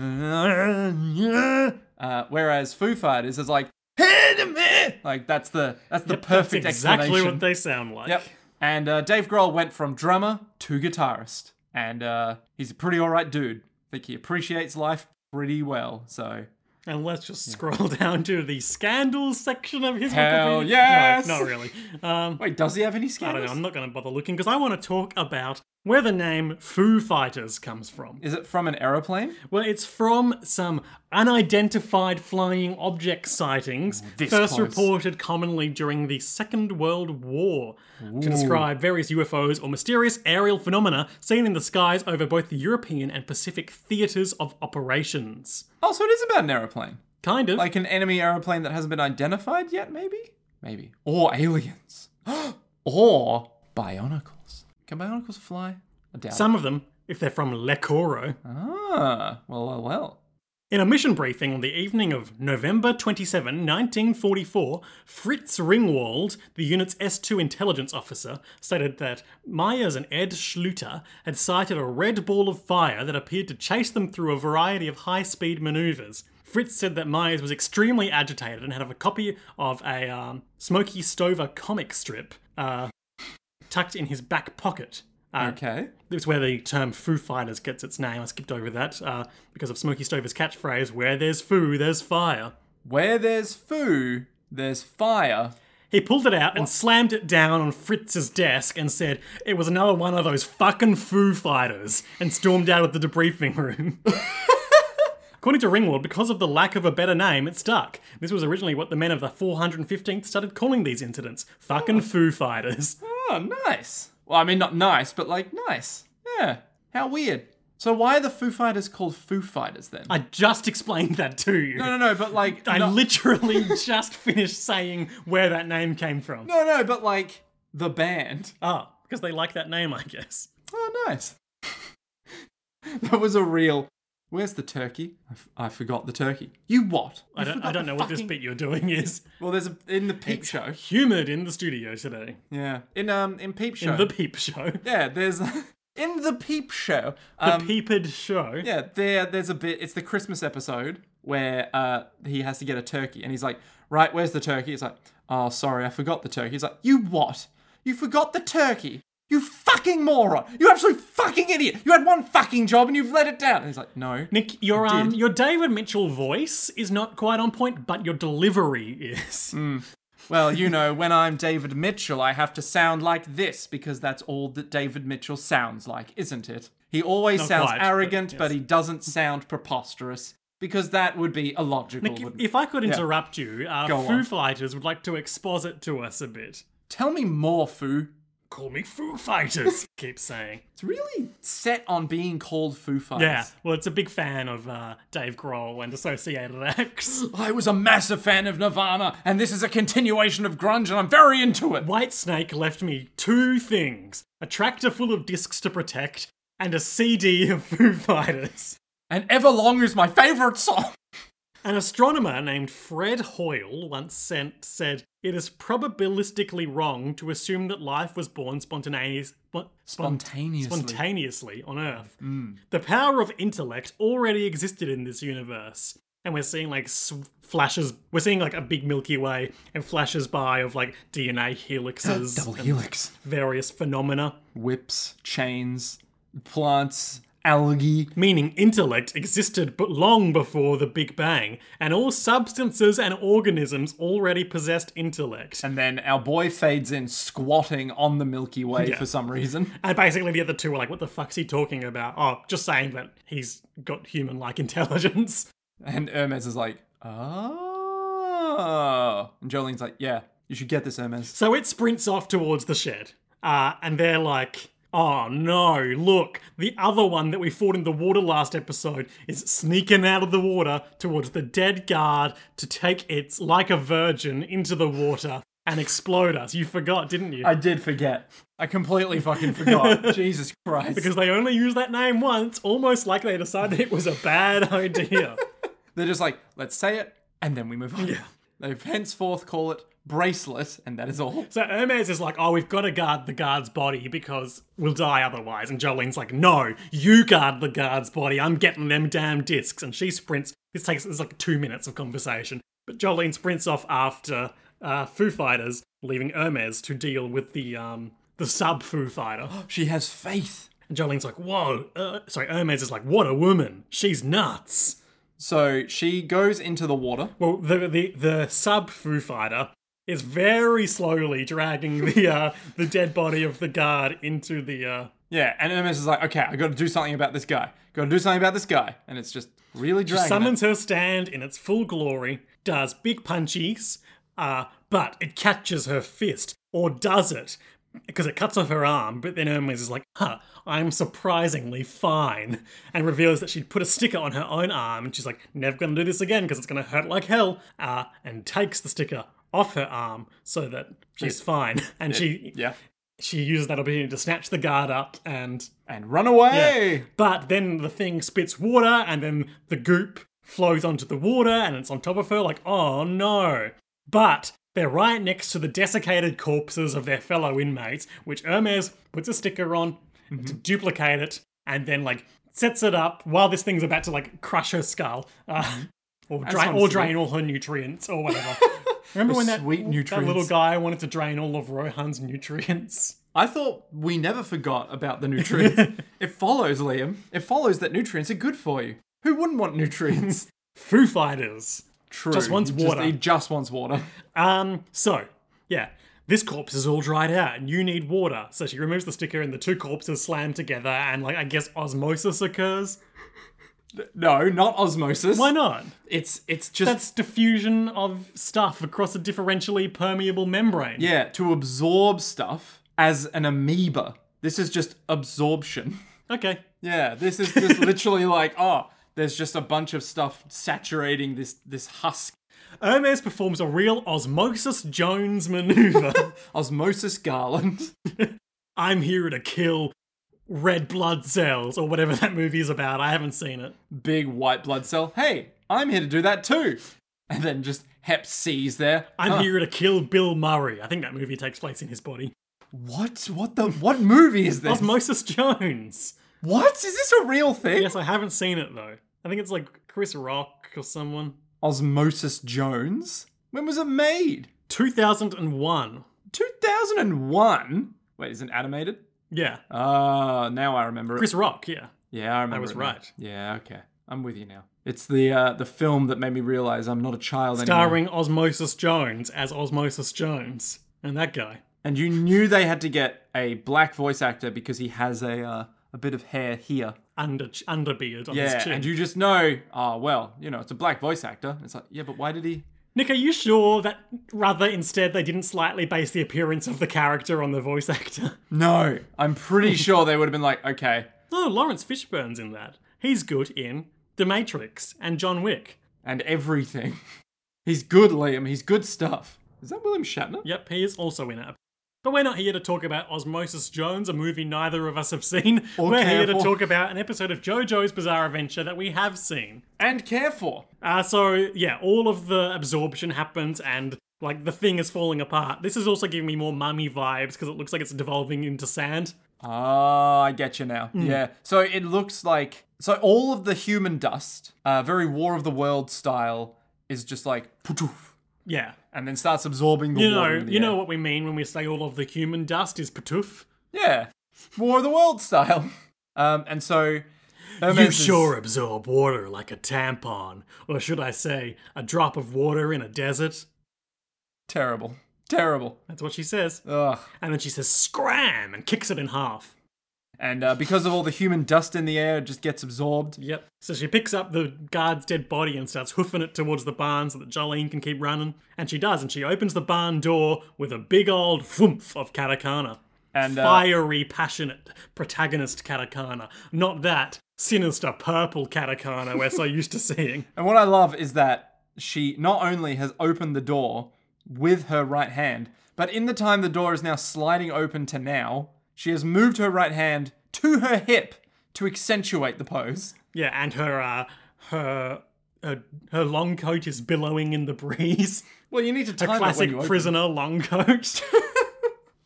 Uh, whereas Foo Fighters is like, "Hey, to me!" like that's the that's the perfect
That's exactly
explanation.
what they sound like.
Yep. And uh, Dave Grohl went from drummer to guitarist, and uh, he's a pretty alright dude. I think he appreciates life pretty well. So
And let's just scroll down to the scandals section of his
Hell
Wikipedia.
yes!
No, not really. Um,
wait, does he have any
I don't
scandals?
know. I'm not going to bother looking because I want to talk about where the name Foo Fighters comes from.
Is it from an aeroplane?
Well, it's from some unidentified flying object sightings,
this
first
close.
reported commonly during the Second World War, to describe various UFOs or mysterious aerial phenomena seen in the skies over both the European and Pacific theatres of operations.
Oh, so it is about an aeroplane,
Kind of.
like an enemy aeroplane that hasn't been identified yet, maybe, maybe, or aliens, or bionicles. Can bionicles fly? I doubt. it.
some of them, if they're from Lecoro.
Ah, well, well, well.
In a mission briefing on the evening of November 27, 1944, Fritz Ringwald, the unit's S2 intelligence officer, stated that Myers and Ed Schluter had sighted a red ball of fire that appeared to chase them through a variety of high speed maneuvers. Fritz said that Myers was extremely agitated and had a copy of a um, Smokey Stover comic strip uh, tucked in his back pocket. Uh,
Okay.
it's where the term Foo Fighters gets its name. I skipped over that uh, because of Smokey Stover's catchphrase, where there's foo, there's fire.
Where there's foo, there's fire.
He pulled it out and slammed it down on Fritz's desk and said, It was another one of those fucking Foo Fighters, and stormed out of the debriefing room. According to Ringwald, because of the lack of a better name, it stuck. This was originally what the men of the 415th started calling these incidents fucking Foo Fighters.
Oh, nice. Well, I mean, not nice, but like nice. Yeah. How weird. So why are the Foo Fighters called Foo Fighters then?
I just explained that to you.
no, no, no. But like,
I
no,
literally just finished saying where that name came from.
no, no. But like the band.
Ah, because they like that name, I guess.
Oh, nice. that was a real. Where's the turkey? I, f- I forgot the turkey. You what? You
I don't,
forgot
I don't
the
know what this
fucking-
bit you're doing is.
Well, there's a in the Peep Show.
Humid in the studio today.
Yeah. In um in Peep Show.
In the peep show.
yeah. There's in the Peep Show.
The
Um,
peeped show.
Yeah, there there's a bit it's the Christmas episode where uh he has to get a turkey and he's like, Right, where's the turkey? It's like, Oh sorry, I forgot the turkey. He's like, You what? You forgot the turkey? You fucking moron! You absolute fucking idiot! You had one fucking job and you've let it down. And he's like, No.
Nick, your um,
did.
your David Mitchell voice is not quite on point, but your delivery is.
Mm, Well, you know, when I'm David Mitchell, I have to sound like this because that's all that David Mitchell sounds like, isn't it? He always sounds
quite, but
arrogant, but,
yes.
he doesn't sound preposterous because that would be illogical.
Nick,
wouldn't it?
if I could interrupt you, uh,
Go
Foo
on.
Fighters would like to exposit to us a bit.
Tell me more, Foo.
Call me Foo Fighters, keep saying.
It's really set on being called Foo Fighters.
Yeah, well, it's a big fan of uh, Dave Grohl and associated acts.
I was a massive fan of Nirvana, and this is a continuation of grunge, and I'm very into it.
Whitesnake left me two things a tractor full of discs to protect and a CD of Foo Fighters.
And Everlong is my favorite song.
An astronomer named Fred Hoyle once sent, said, It is probabilistically wrong to assume that life was born spontaneous, spon- spon-
Spontaneously.
spontaneously on Earth. The power of intellect already existed in this universe. and we're seeing like s- flashes. We're seeing like a big Milky Way and flashes by of like DNA helixes,
Double helix.
various phenomena.
Whips, chains, plants, algae.
Meaning intellect existed but long before the Big Bang, and all substances and organisms already possessed intellect.
And then our boy fades in squatting on the Milky Way for some reason.
And basically, the other two were like, "What the fuck's he talking about?" Oh, just saying that he's got human-like intelligence.
And Hermes is like, oh. And Jolene's like, yeah, you should get this, Hermes.
So it sprints off towards the shed, uh, and they're like, "Oh no! Look, the other one that we fought in the water last episode is sneaking out of the water towards the dead guard to take its like a virgin into the water." And explode us. You forgot, didn't you?
I did forget. I completely fucking forgot. Jesus Christ.
because they only used that name once, almost like they decided it was a bad idea.
They're just like, let's say it, and then we move on. Yeah. They henceforth call it bracelet, and that is all.
So Hermes is like, oh, we've got to guard the guard's body because we'll die otherwise. And Jolene's like, no, you guard the guard's body. I'm getting them damn discs. And she sprints. This takes this is like two minutes of conversation. But Jolene sprints off after uh, Foo Fighters, leaving Hermes to deal with the um, the sub Foo Fighter.
She has faith.
And Jolene's like, whoa. Uh, sorry, Hermes is like, what a woman. She's nuts.
So she goes into the water.
Well, the the the sub Foo Fighter is very slowly dragging the uh, the dead body of the guard into the. Uh,
Yeah, and Hermes is like, okay, I gotta do something about this guy. Gotta do something about this guy. And it's just really dragging. it.
summons her stand in its full glory, does big punchies, uh, but it catches her fist, or does it? Because it cuts off her arm, but then Hermes is like, huh, I'm surprisingly fine, and reveals that she'd put a sticker on her own arm, and she's like, never gonna do this again because it's gonna hurt like hell, uh, and takes the sticker off her arm so that she's fine. And she
Yeah.
she uses that opportunity to snatch the guard up and
And run away.
but then the thing spits water, and then the goop flows onto the water, and it's on top of her, like, oh no. But they're right next to the desiccated corpses of their fellow inmates, which Hermes puts a sticker on to
Mm-hmm.
duplicate it, and then, like, sets it up while this thing's about to, like, crush her skull. Uh, or, drain,
Mm-hmm. sounds
or
sweet.
drain all her nutrients, or whatever. Remember when that,
sweet
that little
nutrients.
guy wanted to drain all of Rohan's nutrients?
I thought we never forgot about the nutrients. it follows, Liam. It follows that nutrients are good for you. Who wouldn't want nutrients?
Foo Fighters.
True.
Just wants
He
water.
he just wants water.
Um, so, yeah, this corpse is all dried out and you need water. So she removes the sticker and the two corpses slam together and, like, I guess osmosis occurs.
No, not osmosis.
Why not?
It's it's just
That's diffusion of stuff across a differentially permeable membrane.
Yeah, to absorb stuff as an amoeba. This is just absorption.
Okay.
Yeah, this is just literally like, oh, there's just a bunch of stuff saturating this this husk.
Hermes performs a real osmosis Jones maneuver.
Osmosis Garland.
I'm here to kill red blood cells or whatever that movie is about. I haven't seen it.
Big white blood cell. Hey, I'm here to do that too. And then just Hep C's there.
I'm
Huh,
here to kill Bill Murray. I think that movie takes place in his body.
What? What the what movie is this?
Osmosis Jones.
what? Is this a real thing?
Yes, I haven't seen it though. I think it's like Chris Rock or someone.
Osmosis Jones? When was it made?
2001.
2001? Wait, is it animated?
Yeah.
Ah, now I remember it.
Chris Rock, yeah.
Yeah, I remember.
was
it now.
right.
Yeah, okay. I'm with you now. It's the uh, the film that made me realize I'm not a child anymore.
Starring Osmosis Jones as Osmosis Jones. And that guy.
And you knew they had to get a black voice actor because he has a uh, a bit of hair here.
Under underbeard on his
Yeah,
chin.
and you just know, oh well, you know, it's a black voice actor. It's like, yeah, but why did he?
Nick, are you sure that rather instead they didn't slightly base the appearance of the character on the voice actor?
No, I'm pretty sure they would have been like, okay,
No, Oh, Lawrence Fishburne's in that. He's good in The Matrix and John Wick.
and everything. He's good, Liam. He's good stuff. Is that William Shatner?
Yep, he is also in it. But we're not here to talk about Osmosis Jones, a movie neither of us have seen.
Or
we're here to
careful.
talk about an episode of JoJo's Bizarre Adventure that we have seen.
And care for.
Uh, so, yeah, all of the absorption happens and, like, the thing is falling apart. This is also giving me more mummy vibes because it looks like it's devolving into sand.
Ah, I get you
Hmm.
now. Yeah. So it looks like so all of the human dust, uh, very War of the World style, is just like poof,
Yeah.
and then starts absorbing the
You
water.
know,
in the
you
air.
know what we mean when we say all of the human dust is patoof.
Yeah, War of the World style. Um, and so
You
Hermes is-
sure absorb water like a tampon, or should I say, a drop of water in a desert?
terrible, terrible.
That's what she says.
Ugh.
And then she says, scram, and kicks it in half.
And uh, because of all the human dust in the air, it just gets absorbed.
Yep. So she picks up the guard's dead body and starts hoofing it towards the barn so that Jolene can keep running. And she does, and she opens the barn door with a big old whoomph of katakana.
And, uh,
Fiery, passionate, protagonist katakana. Not that sinister purple katakana we're so used to seeing.
And what I love is that she not only has opened the door with her right hand, but in the time the door is now sliding open to now, she has moved her right hand to her hip to accentuate the pose.
Yeah, and her, uh, her, her, her long coat is billowing in the breeze.
Well, you need to time it when
Classic
you open.
prisoner long coat.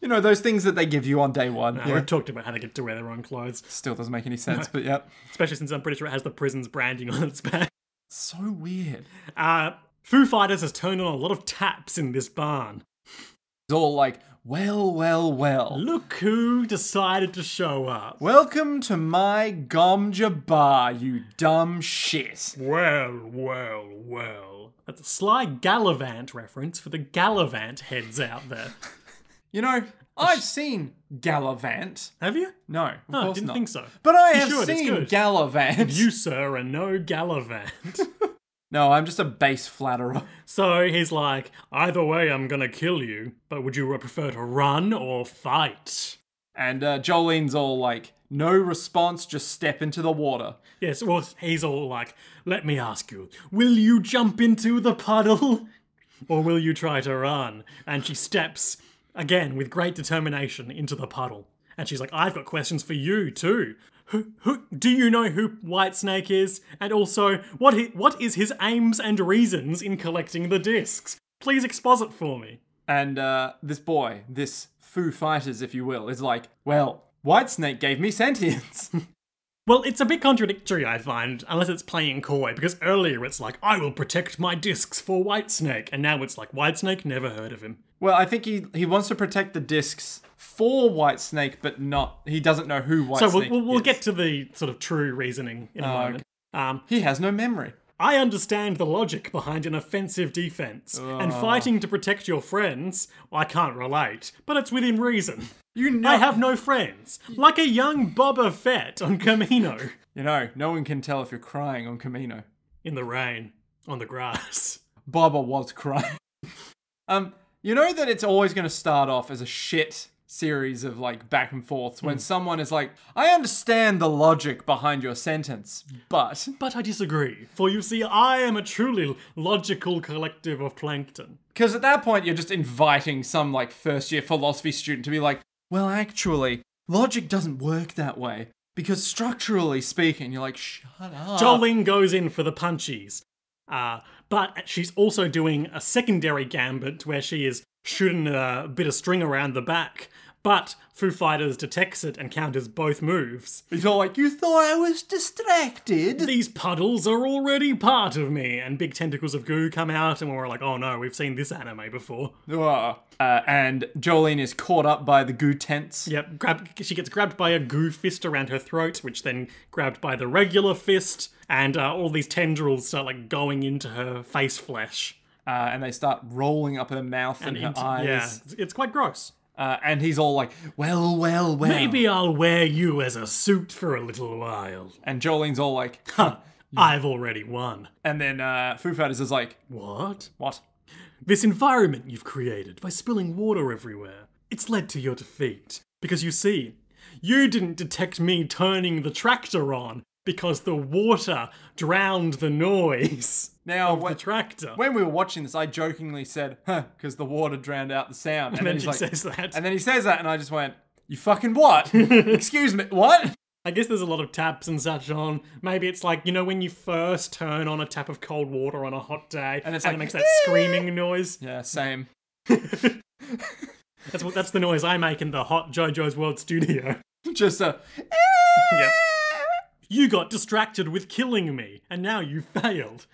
You know those things that they give you on day one.
we
Yeah.
have talked about how to get to wear their own clothes,
Still doesn't make any sense, but yep.
especially since I'm pretty sure it has the prison's branding on its back.
So weird.
Uh, Foo Fighters has turned on a lot of taps in this barn.
It's all like, well, well, well.
Look who decided to show up.
Welcome to my Gomja bar, you dumb shit.
Well, well, well. That's a sly Gallivant reference for the Gallivant heads out there.
You know, I've seen Gallivant.
Have you?
No, of
No,
course
didn't
not.
think so.
But I have
should, it's
seen
good.
Gallivant.
You, sir, are no Gallivant.
No, I'm just a base flatterer.
so he's like, either way, I'm gonna kill you, but would you prefer to run or fight?
And uh, Jolene's all like, no response, just step into the water.
Yes, well, he's all like, let me ask you, will you jump into the puddle? Or will you try to run? And she steps, again, with great determination, into the puddle. And she's like, I've got questions for you, too. Who, who, do you know who Whitesnake is? And also, what, he, what is his aims and reasons in collecting the discs? Please exposit for me.
And uh, this boy, this Foo Fighters, if you will, is like, well, Whitesnake gave me sentience.
Well, it's a bit contradictory, I find, unless it's playing coy, because earlier it's like, I will protect my discs for Whitesnake, and now it's like, Whitesnake never heard of him.
well, I think he, he wants to protect the discs for Whitesnake, but not, he doesn't know who
So
Whitesnake
we'll, we'll, we'll
is.
get to the sort of true reasoning in a moment. Um,
He has no memory.
I understand the logic behind an offensive defense, and fighting to protect your friends, I can't relate, but it's within reason.
You know,
I have no friends, like a young Boba Fett on Camino,
you know, no one can tell if you're crying on Camino.
in the rain, on the grass.
Baba was crying. um, you know that it's always going to start off as a shit series of like back and forths when someone is like, I understand the logic behind your sentence, but
But I disagree, for you see, I am a truly logical collective of plankton.
because at that point you're just inviting some like first year philosophy student to be like, well, actually, logic doesn't work that way because structurally speaking, you're like, shut up.
Jolene goes in for the punchies. Uh, but she's also doing a secondary gambit where she is shooting a bit of string around the back. But Foo Fighters detects it and counters both moves.
He's all like, you thought I was distracted.
These puddles are already part of me, and big tentacles of goo come out, and we're like, oh no, we've seen this anime before.
Ugh. Uh, and Jolene is caught up by the goo tents.
Yep, grab, she gets grabbed by a goo fist around her throat, which then grabbed by the regular fist, and uh, all these tendrils start like going into her face flesh.
uh, and they start rolling up her mouth and, her
Into-
eyes.
Yeah, it's- it's quite gross.
Uh, and he's all like, "Well, well, well."
Maybe I'll wear you as a suit for a little while.
And Jolene's all like,
Huh, I've already won.
and then uh, Foo Fighters is like,
What?
"What?"
This environment you've created by spilling water everywhere, it's led to your defeat. Because you see, you didn't detect me turning the tractor on because the water drowned the noise.
Now,
The
when,
tractor.
when we were watching this, I jokingly said, "Huh," because the water drowned out the
and
sound. And, then
then
he's
she
like,
says that.
and then he says that, and I just went, "You fucking what? Excuse me, what?"
I guess there's a lot of taps and such on. Maybe it's like, you know, when you first turn on a tap of cold water on a hot day and,
it's
it
like,
makes that screaming noise.
Yeah, same.
That's what that's the noise I make in the hot JoJo's World studio.
Just a.
Yep. You got distracted with killing me, and now you failed.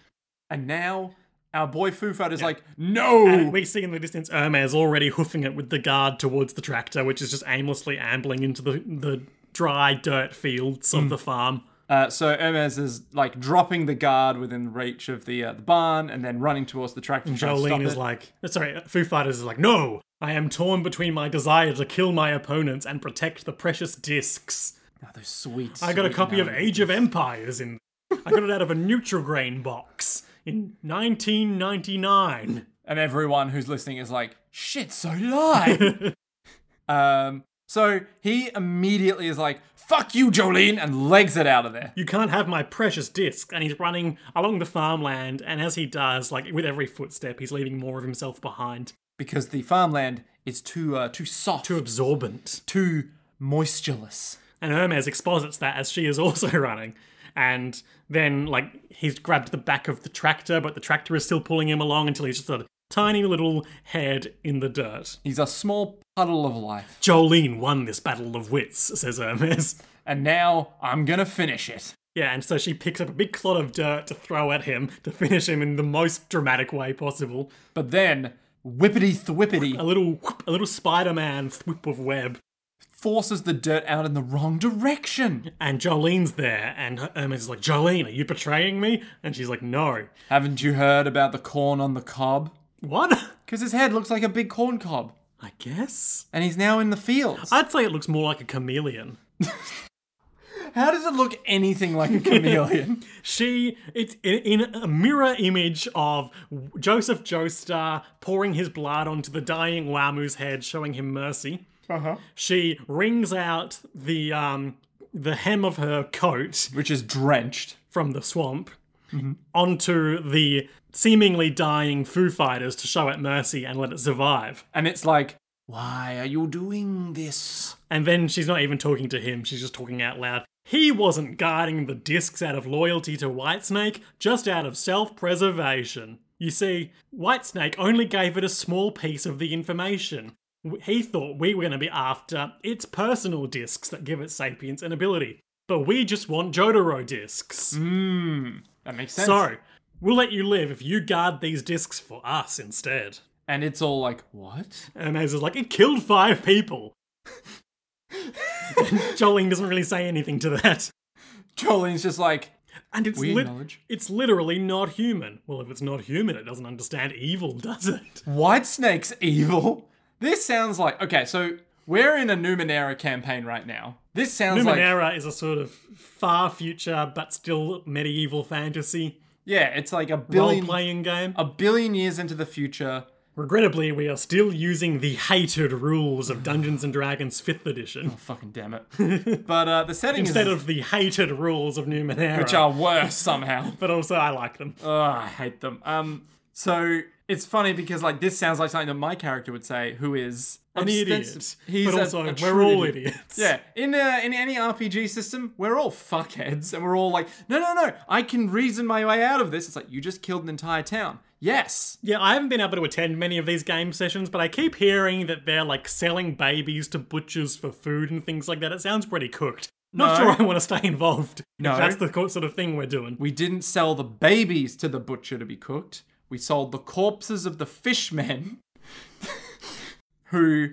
And now our boy Fufat is like, no!
And we see in the distance Hermes already hoofing it with the guard towards the tractor, which is just aimlessly ambling into the, the dry dirt fields
Mm.
of the farm.
Uh, so Hermes is like dropping the guard within reach of the, uh, the barn and then running towards the tractor. to try and stop
Jolene is
it.
like, sorry, Foo Fighters is like, no! I am torn between my desire to kill my opponents and protect the precious discs.
Oh, those sweet.
I got a
sweet
copy of
nuggets.
Age of Empires in. I got it out of a Nutrigrain box in 1999.
and everyone who's listening is like, shit, so did I. um, so he immediately is like, fuck you, Jolene, and legs it out of there.
You can't have my precious disc. And he's running along the farmland, and as he does, like with every footstep, he's leaving more of himself behind.
Because the farmland is too uh, too soft,
Too
too,
absorbent.
moistureless.
And Hermes exposits that as she is also running. And then, like, he's grabbed the back of the tractor, but the tractor is still pulling him along until he's just a tiny little head in the dirt.
He's a small puddle of life.
Jolene won this battle of wits, says Hermes.
And now I'm gonna finish it.
Yeah, and so she picks up a big clod of dirt to throw at him to finish him in the most dramatic way possible.
But then, whippity thwippity
A little whoop, a little Spider-Man thwip of web.
forces the dirt out in the wrong direction.
And Jolene's there, and Her- Hermes is like, Jolene, are you betraying me? And she's like, no.
Haven't you heard about the corn on the cob?
What?
Because his head looks like a big corn cob,
I guess.
and he's now in the fields.
I'd say it looks more like a chameleon.
How does it look anything like a chameleon?
She, it's in, in a mirror image of Joseph Joestar pouring his blood onto the dying Wamu's head, showing him mercy.
uh-huh.
She wrings out the um the hem of her coat
Which is drenched.
from the swamp onto the seemingly dying Foo Fighters to show it mercy and let it survive.
And it's like, why are you doing this?
And then she's not even talking to him, she's just talking out loud. He wasn't guarding the discs out of loyalty to Whitesnake, just out of self preservation. You see, Whitesnake only gave it a small piece of the information. W- He thought we were going to be after its personal discs that give it sapience and ability, but we just want Jotaro discs.
Mmm. That makes sense.
So, we'll let you live if you guard these discs for us instead.
And it's all like, what?
And Maze is like, it killed five people. and Jolene doesn't really say anything to that.
Jolene's just like,
And it's
we
lit-
acknowledge.
it's literally not human. Well, if it's not human, it doesn't understand evil, does it?
White Snake's evil? This sounds like. Okay, so we're in a Numenera campaign right now. This sounds like.
Numenera is a sort of far future but still medieval fantasy
Yeah, it's like a
role
billion,
playing game.
a billion years into the future.
Regrettably, we are still using the hated rules of Dungeons and Dragons 5th edition
Fucking damn it. but uh, the setting
instead
is.
of the hated rules of Numenera.
which are worse somehow.
but also, I like them.
Oh, I hate them. Um, so it's funny because like this sounds like something that my character would say, who is
an idiot.
ostens- He's
but
a-
also,
a
we're
true
all
idiot.
idiots.
Yeah, in uh, in any RPG system, we're all fuckheads, and we're all like, no, no, no, I can reason my way out of this. It's like you just killed an entire town. Yes,
Yeah, I haven't been able to attend many of these game sessions, but I keep hearing that they're like selling babies to butchers for food and things like that. It sounds pretty cooked. Not
No.
sure I want to stay involved.
No.
If that's the co- sort of thing we're doing.
we didn't sell the babies to the butcher to be cooked. We sold the corpses of the fishmen, who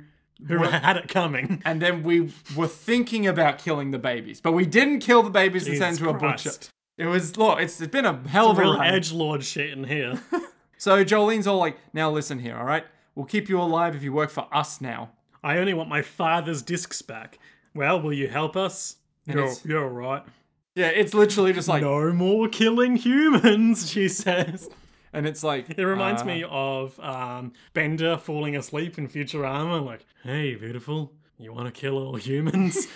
Who had it coming?
and then we were thinking about killing the babies, but we didn't kill the babies and send
Jesus
to a butcher.
Christ.
It was look, it's, it's been a hell of a
Real
run.
edge lord shit in here.
So Jolene's all like, "Now listen here, all right? We'll keep you alive if you work for us now."
I only want my father's discs back. Well, will you help us? You're,
it's-
you're all right.
Yeah, it's literally just like,
No more killing humans, she says.
and it's like, uh,
It reminds
Ah.
me of um, Bender falling asleep in Futurama, like, hey, beautiful, you want to kill all humans?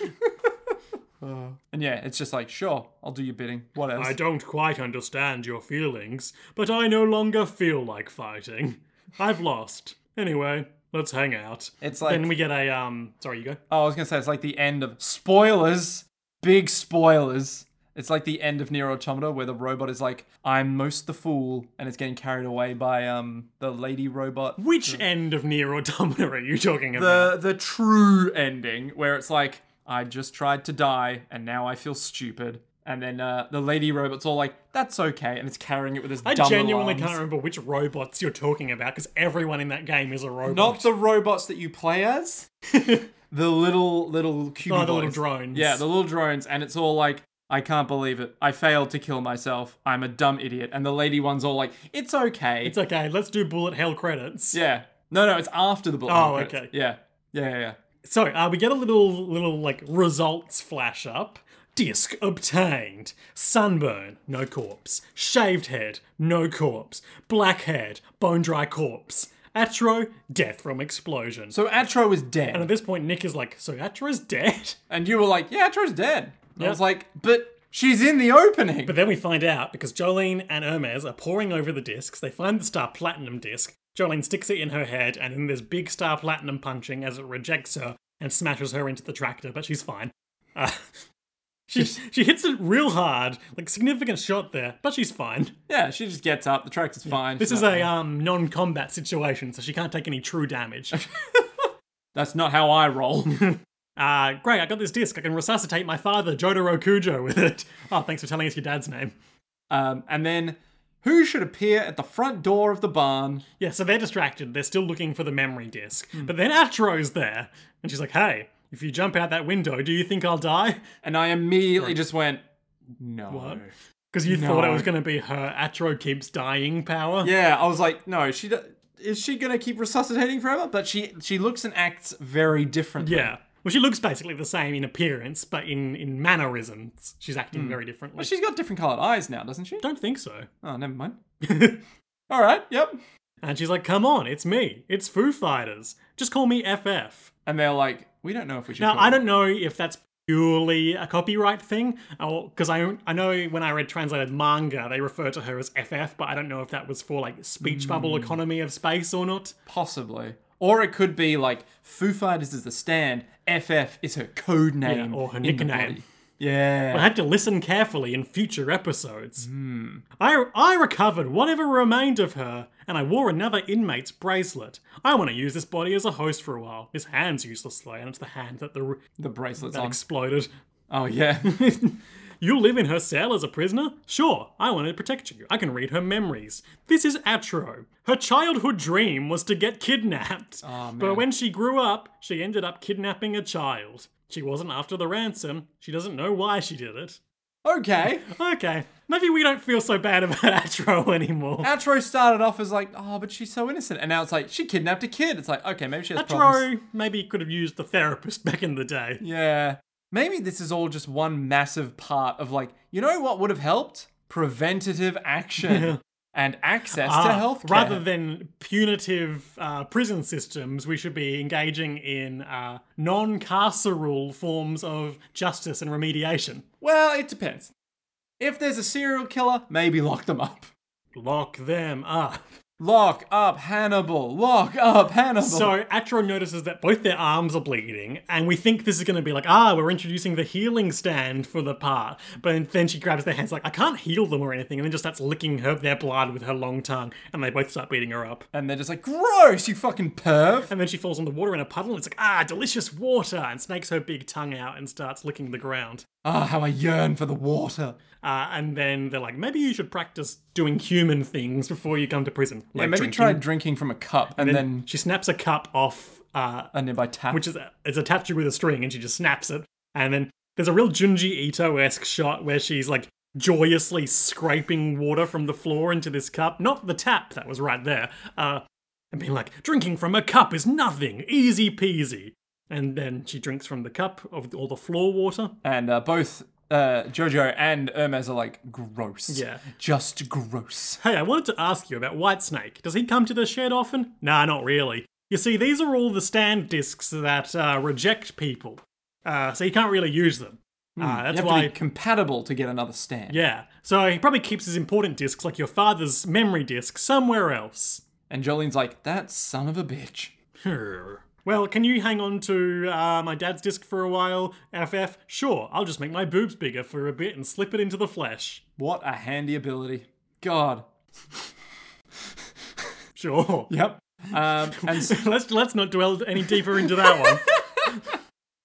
and yeah, it's just like, sure, I'll do your bidding. What else?
I don't quite understand your feelings, but I no longer feel like fighting. I've lost. Anyway, let's hang out.
It's like,
then we get a, um, sorry, you go.
oh, I was gonna say, it's like the end of spoilers, big spoilers. It's like the end of Near Automata, where the robot is like, "I'm most the fool," and it's getting carried away by um the lady robot.
Which end of Near Automata are you talking about?
the the true ending where it's like I just tried to die and now I feel stupid. And then uh, the lady robot's all like, that's okay. And it's carrying it with his
I
dumb
genuinely
little
can't
arms.
remember which robots you're talking about because everyone in that game is a robot.
Not the robots that you play as. the little, little cute
Oh, the little drones.
Yeah, the little drones. And it's all like, I can't believe it. I failed to kill myself. I'm a dumb idiot. And the lady one's all like, it's okay.
It's okay. Let's do bullet hell credits.
yeah. No, no, it's after the bullet.
Oh,
credits.
okay.
Yeah. Yeah, yeah, yeah.
So uh, we get a little little like results flash up. Disc obtained. Sunburn, no corpse. Shaved head, no corpse. Black head, bone dry corpse. Atro, death from explosion. So
So Atro is dead.
at this point, Nick is like, "So Atro's dead."
And you were like, yeah, Atro's dead. And I was like, but she's in the opening.
But then we find out because Jolene and Hermes are poring over the discs. They find the Star Platinum disc. Jolene sticks it in her head, and then there's big Star Platinum punching as it rejects her and smashes her into the tractor. But she's fine. Uh, she she hits it real hard, like significant shot there, but she's fine.
yeah, she just gets up. The tractor's fine.
This
She's
is
like,
a um, non-combat situation, so she can't take any true damage.
That's not how I roll.
Uh, great, I got this disc. I can resuscitate my father, Jotaro Kujo, with it. Oh, thanks for telling us your dad's name.
um, and then who should appear at the front door of the barn?
Yeah, so they're distracted. They're still looking for the memory disk.
Hmm.
But then Atro's there, and she's like, "Hey, if you jump out that window, do you think I'll die?"
And I immediately just went, no.
Because you thought it
No.
was going to be her Atro keeps dying power.
Yeah, I was like, no, she do- is she going to keep resuscitating forever? But she she looks and acts very differently.
Yeah. Well, she looks basically the same in appearance, but in in mannerisms, she's acting very differently.
Hmm. She's got different colored eyes now, doesn't she?
don't think so.
Oh, never mind. All right, yep.
And she's like, "Come on, it's me. It's Foo Fighters. Just call me FF."
And they're like, we don't know if we should.
Now,
call
I
it."
don't know if that's purely a copyright thing, because I I know when I read translated manga, they refer to her as FF, but I don't know if that was for like speech bubble economy of space or not.
Possibly. Or it could be like Foo Fighters is the stand, FF is her code name.
or her
in the
nickname.
body. Yeah.
I had to listen carefully in future episodes. I I recovered whatever remained of her, and I wore another inmate's bracelet. I want to use this body as a host for a while. This hand's useless though, and it's the hand that the
the bracelet's
that
on.
exploded.
oh, yeah.
You live in her cell as a prisoner? Sure, I want to protect you. I can read her memories. This is Atro. Her childhood dream was to get kidnapped. But when she grew up, she ended up kidnapping a child. She wasn't after the ransom. She doesn't know why she did it.
okay.
Okay, maybe we don't feel so bad about Atro anymore.
Atro started off as like, oh, but she's so innocent. And now it's like, she kidnapped a kid. It's like, okay, maybe she has problems.
Atro maybe could have used the therapist back in the day.
Yeah. Maybe this is all just one massive part of like, you know what would have helped? Preventative action and access to
Ah,
healthcare.
Rather than punitive uh, prison systems, we should be engaging in uh, non carceral forms of justice and remediation.
well, it depends. If there's a serial killer, maybe lock them up.
Lock them up.
Lock up Hannibal. Lock up Hannibal.
So Atro notices that both their arms are bleeding, and we think this is going to be like, ah, we're introducing the healing stand for the part. But then she grabs their hands, like, I can't heal them or anything, and then just starts licking her their blood with her long tongue, and they both start beating her up.
and they're just like, gross, you fucking perv.
And then she falls in the water in a puddle, and it's like, ah, delicious water, and snakes her big tongue out and starts licking the ground.
Ah, how I yearn for the water.
Uh, and then they're like, maybe you should practice doing human things before you come to prison. Like
And maybe
drinking.
try drinking from a cup and, then,
She snaps a cup off, uh,
a nearby tap.
which is it's attached with a string, and she just snaps it. And then there's a real Junji Ito esque shot where she's like joyously scraping water from the floor into this cup, not the tap that was right there, uh, and being like, drinking from a cup is nothing, easy peasy. And then she drinks from the cup of all the floor water.
and uh, both uh, Jojo and Hermes are like, gross.
Yeah.
Just gross.
Hey, I wanted to ask you about Whitesnake. Does he come to the shed often? Nah, not really. You see, these are all the stand discs that uh, reject people, uh, so you can't really use them. Uh,
Hmm, you
that's
have
why.
to be compatible to get another stand.
yeah. So he probably keeps his important discs, like your father's memory disc, somewhere else.
And Jolene's like, that son of a bitch.
Her. Well, can you hang on to uh, my dad's disc for a while, FF? Sure, I'll just make my boobs bigger for a bit and slip it into the flesh.
What a handy ability. God.
Sure.
Yep. Um, and s-
let's let's not dwell any deeper into that one.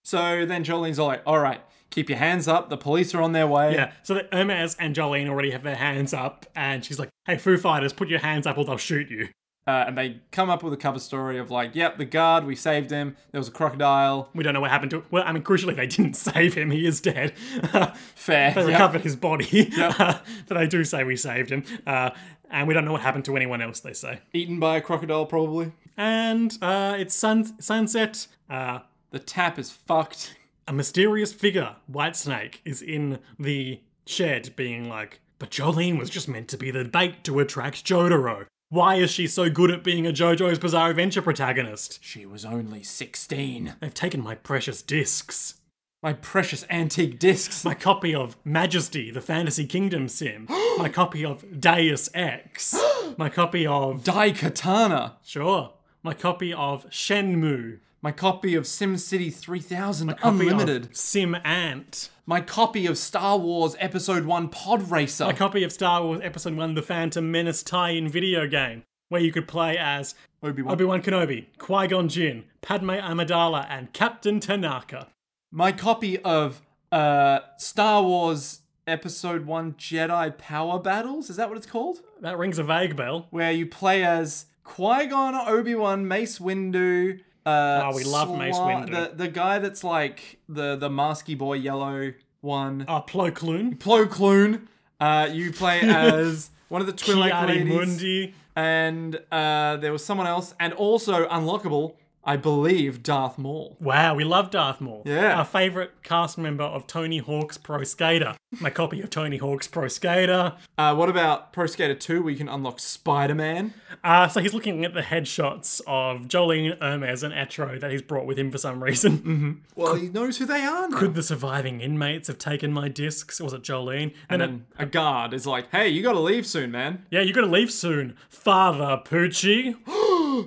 So then Jolene's all like, all right, keep your hands up. The police are on their way.
Yeah, so that Hermes and Jolene already have their hands up, and she's like, hey, Foo Fighters, put your hands up or they'll shoot you.
Uh, and they come up with a cover story of like, yep, the guard, we saved him. There was a crocodile.
We don't know what happened to Well, I mean, crucially, they didn't save him. He is dead.
Fair.
they
Yep.
recovered his body. uh, but they do say we saved him. Uh, and we don't know what happened to anyone else, they say.
Eaten by a crocodile, probably.
And uh, it's sun- sunset. Uh,
The tap is fucked.
a mysterious figure, Whitesnake, is in the shed being like, but Jolene was just meant to be the bait to attract Jotaro. Why is she so good at being a JoJo's Bizarre Adventure protagonist?
She was only 16.
They've taken my precious discs.
My precious antique discs.
My copy of Majesty, the Fantasy Kingdom sim. my copy of Deus Ex. my copy of.
Dai Katana.
Sure. My copy of Shenmue.
My copy of SimCity 3000
Copy of
Unlimited.
Sim Ant.
My copy of Star Wars Episode 1 Pod Racer.
A copy of Star Wars Episode 1 The Phantom Menace tie in video game, where you could play as
Obi-Wan.
Obi Wan Kenobi, Qui Gon Jinn, Padme Amidala, and Captain Tanaka.
My copy of uh, Star Wars Episode 1 Jedi Power Battles. Is that what it's called?
That rings a vague bell.
Where you play as Qui-Gon, Obi-Wan, Mace Windu. Uh,
Oh, we love Mace Windu.
The, the guy that's like the, the masky boy yellow one.
Uh, Plo Koon,
Plo Kloon. Uh, you play as one of the twin like
Kiari
ladies.
Mundi,
And uh, there was someone else. And also unlockable, I believe, Darth Maul.
Wow, we love Darth Maul.
Yeah.
Our favourite cast member of Tony Hawk's Pro Skater. My copy of Tony Hawk's Pro Skater.
Uh, what about Pro Skater 2 where you can unlock Spider-Man?
Uh, so he's looking at the headshots of Jolene, Hermes, and Atro that he's brought with him for some reason.
Well, he knows who they are now.
Could the surviving inmates have taken my discs? Was it Jolene? And, then,
And a guard is like, hey, you gotta leave soon, man.
yeah, you gotta leave soon, Father Poochie.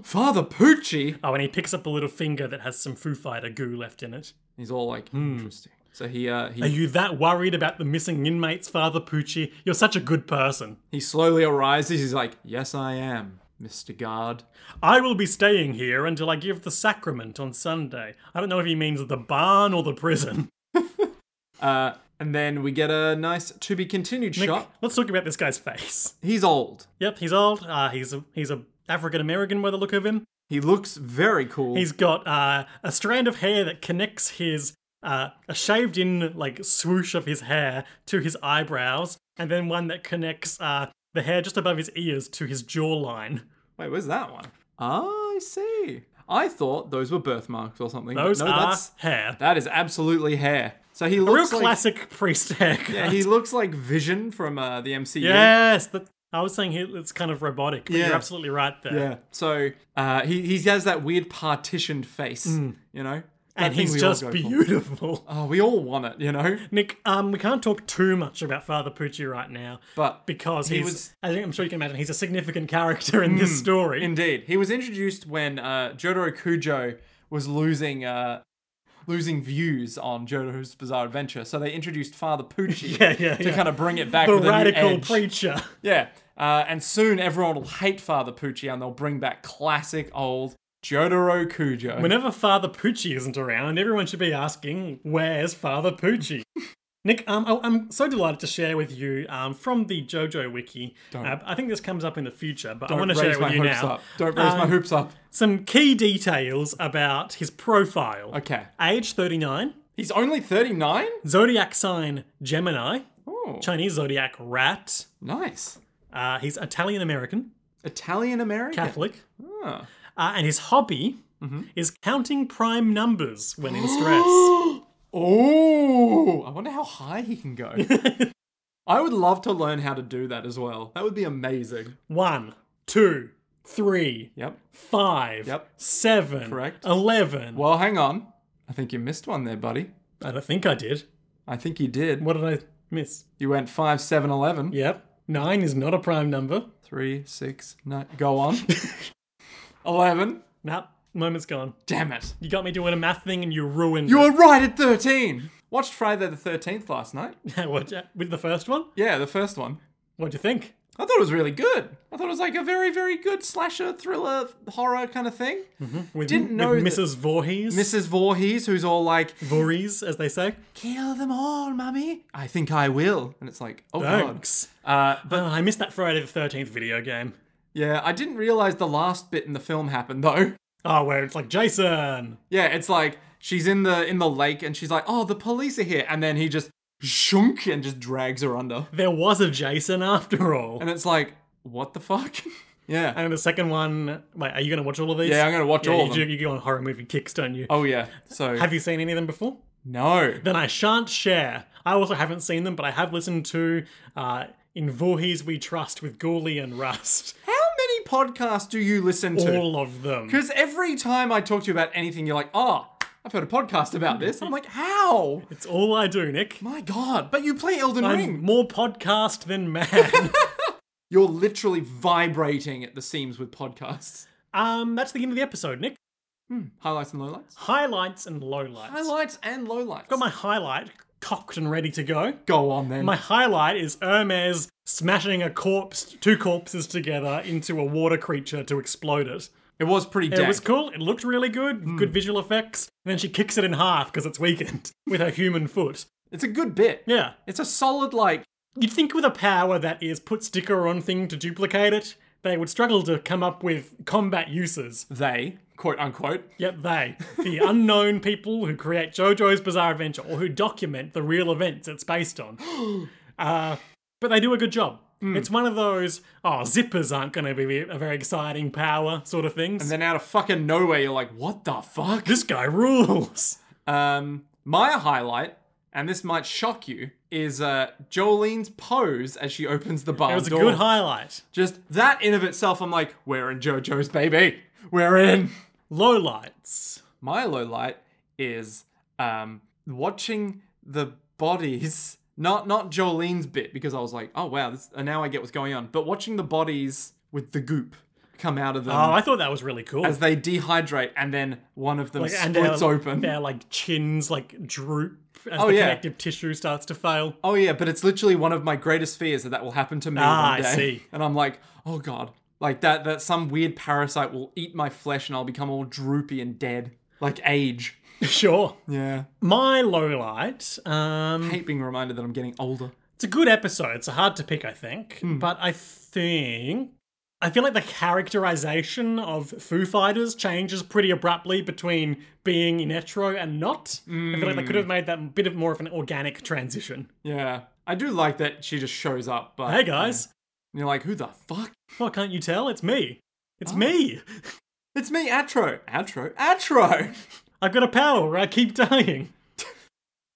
Father Poochie.
Oh, and he picks up a little finger that has some Foo Fighter goo left in it.
He's all like, interesting. So he uh,
Hmm. Are
he,
you that worried about the missing inmates, Father Poochie? You're such a good person.
he slowly arises. He's like, yes, I am, Mr. Guard.
I will be staying here until I give the sacrament on Sunday. I don't know if he means the barn or the prison.
Uh, and then we get a nice to be continued shot.
Let's talk about this guy's face.
He's old.
Yep, he's old. Uh, he's a, he's a African American by the look of him.
He looks very cool.
He's got uh, a strand of hair that connects his uh, a shaved in like swoosh of his hair to his eyebrows, and then one that connects uh, the hair just above his ears to his jawline.
Wait, where's that one? Ah, I see. I thought those were birthmarks or something. but
Those
no,
are
that's
hair.
that is absolutely hair. So he
Real
looks like
classic priest haircut.
yeah, he looks like Vision from uh, the MCU.
yes, that, I was saying he, it's kind of robotic, but
Yeah.
you're absolutely right there.
Yeah. So uh, he he has that weird partitioned face, you know, That
Hmm. And
thing
he's
we all
just
go for.
beautiful.
Oh, we all want it, you know.
Nick, um, we can't talk too much about Father Pucci right now
But
because
He
he's,
was- Hmm,
I think I'm sure you can imagine, he's a significant character in this story.
indeed, he was introduced when uh, Jotaro Kujo was losing uh, losing views on Jotaro's Bizarre Adventure, so they introduced Father Poochie
Yeah, yeah,
to
yeah.
kind of bring it back.
the
with a new
radical
edge.
preacher.
Yeah. Uh, and soon everyone will hate Father Poochie and they'll bring back classic old Jotaro Kujo.
Whenever Father Poochie isn't around, everyone should be asking, "Where's Father Poochie?" Nick, um, I, I'm so delighted to share with you um, from the JoJo Wiki. Uh, I think this comes up in the future, but I
Don't
want to
raise
share it
my
with you
hoops
now.
up. Don't raise my
Um,
hoops up.
Some key details about his profile.
Okay.
Age 39,
He's only 39?
zodiac sign Gemini,
Oh,
Chinese zodiac rat.
nice.
Uh, he's Italian American,
Italian American.
Catholic,
Ah. Mm-hmm.
uh, and his hobby is counting prime numbers when in stress.
Oh, I wonder how high he can go. I would love to learn how to do that as well. That would be amazing.
One, two, three,
Yep.
five,
Yep.
seven,
Correct.
eleven.
Well, hang on. I think you missed one there, buddy.
I don't think I did.
I think you did.
What did I miss?
You went 5, 7, 11.
Yep. Nine is not a prime number.
Three, six, nine. Go on. Eleven.
Nah, moment's gone.
Damn it.
You got me doing a math thing and you ruined
You were right at thirteen. Watched Friday the Thirteenth last night.
it. What, uh, with the first one?
Yeah, the first one.
What'd you think?
I thought it was really good. I thought it was like a very, very good slasher, thriller, horror kind of thing.
With,
Didn't know
with
that-
Mrs. Voorhees.
Mrs. Voorhees, who's all like,
Voorhees, as they say.
kill them all, mummy. I think I will. And it's like, oh, God.
Thanks.
Uh, but
Oh, I missed that Friday the 13th video game.
yeah, I didn't realize the last bit in the film happened, though.
Oh, where it's like, Jason!
Yeah, it's like she's in the in the lake and she's like, "Oh, the police are here." And then he just shunk and just drags her under.
There was a Jason after all.
And it's like, "What the fuck?" yeah.
And the second one, wait, are you going to watch all of these?
Yeah, I'm going to watch
Yeah,
all
you,
of them.
do- you go on horror movie kicks, don't you?
Oh yeah. So
Have you seen any of them before?
no.
Then I shan't share. I also haven't seen them, but I have listened to uh, In Voorhees We Trust with Ghoulie and Rust.
How many podcasts do you listen to?
All of them.
Cuz every time I talk to you about anything, you're like, "Oh, I've heard a podcast about this." I'm like, "How?"
It's all I do, Nick.
My god. But you play Elden
I'm
Ring.
more podcast than man.
You're literally vibrating at the seams with podcasts.
um, that's the end of the episode, Nick.
Highlights and lowlights.
Highlights and lowlights.
Highlights and lowlights.
Got my highlight cocked and ready to go.
Go on then.
My highlight is Hermes smashing a corpse, two corpses together into a water creature to explode it.
it was pretty
It
dead.
was cool. It looked really good.
Hmm.
Good visual effects. And then she kicks it in half because it's weakened with her human foot.
It's a good bit.
Yeah.
It's a solid like
You'd think with a power that is put sticker on thing to duplicate it, they would struggle to come up with combat uses.
they quote unquote.
Yet they, the unknown people who create JoJo's Bizarre Adventure or who document the real events it's based on. Uh, but they do a good job.
Hmm.
It's one of those, oh, zippers aren't going to be a very exciting power sort of things.
And then out of fucking nowhere, you're like, what the fuck?
this guy rules.
Um, my highlight, and this might shock you, is uh Jolene's pose as she opens the barn
It was a
door.
good highlight.
Just that in of itself, I'm like, we're in JoJo's baby. We're in.
Low lights.
My low light is um watching the bodies. Not not Jolene's bit because I was like, oh wow, this, and now I get what's going on. But watching the bodies with the goop come out of them.
Oh, I thought that was really cool.
as they dehydrate and then one of them
Like, and
splits
their-
open.
Their like chins like droop as
Oh,
the
yeah.
connective tissue starts to fail.
Oh yeah, but it's literally one of my greatest fears that that will happen to me
Ah,
one
I
day.
see.
And I'm like, oh god, like that that some weird parasite will eat my flesh and I'll become all droopy and dead, like age.
Sure.
Yeah,
My low light. Um,
I hate being reminded that I'm getting older.
it's a good episode. It's hard to pick, I think,
Hmm.
but I think. I feel like the characterization of Foo Fighters changes pretty abruptly between being in Etro and not. I feel like they
Hmm.
could have made that bit of more of an organic transition.
Yeah, I do like that she just shows up, but
Hey guys,
and you're like, who the fuck?
oh, can't you tell? It's me. It's
Oh.
me.
It's me, Atro, Atro, Atro.
I've got a power where I keep dying.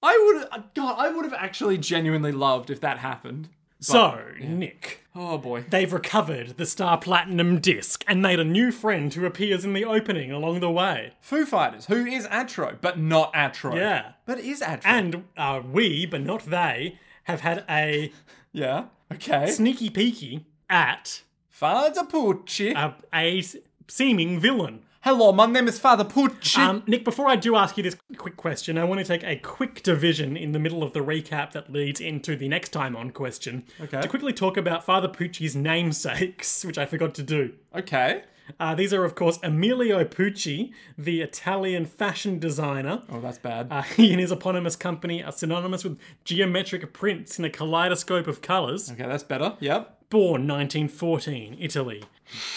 I would, uh, God, I would have actually genuinely loved if that happened.
so, Nick.
Oh boy.
They've recovered the Star Platinum disc and made a new friend who appears in the opening along the way.
Foo Fighters, who is Atro, but not Atro.
Yeah.
But is Atro.
And uh, we, but not they, have had a
yeah. Okay.
sneaky peeky at
Father Pucci.
a, a s- seeming villain.
Hello, my name is Father Pucci.
Um, Nick, before I do ask you this quick question, I want to take a quick division in the middle of the recap that leads into the next time on question.
Okay.
To quickly talk about Father Pucci's namesakes, which I forgot to do.
okay.
Uh, these are, of course, Emilio Pucci, the Italian fashion designer.
Oh, that's bad.
Uh, he and his eponymous company are synonymous with geometric prints in a kaleidoscope of colours.
okay, that's better. Yep.
Born 1914, Italy.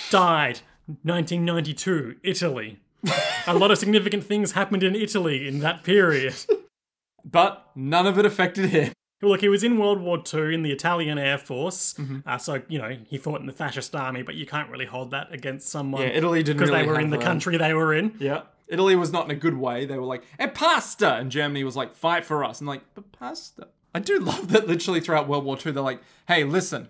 Died 1992, Italy. a lot of significant things happened in Italy in that period.
But none of it affected him.
Well, Look, he was in World War II in the Italian Air Force,
Mm-hmm.
uh, so you know he fought in the fascist army. But you can't really hold that against someone
Yeah, Italy didn't
because
really
they were in the
have a-
country they were in.
Yeah. Italy was not in a good way. They were like, hey, pasta! And Germany was like, fight for us. And like, but pasta. I do love that literally throughout World War II, they're like, hey, listen,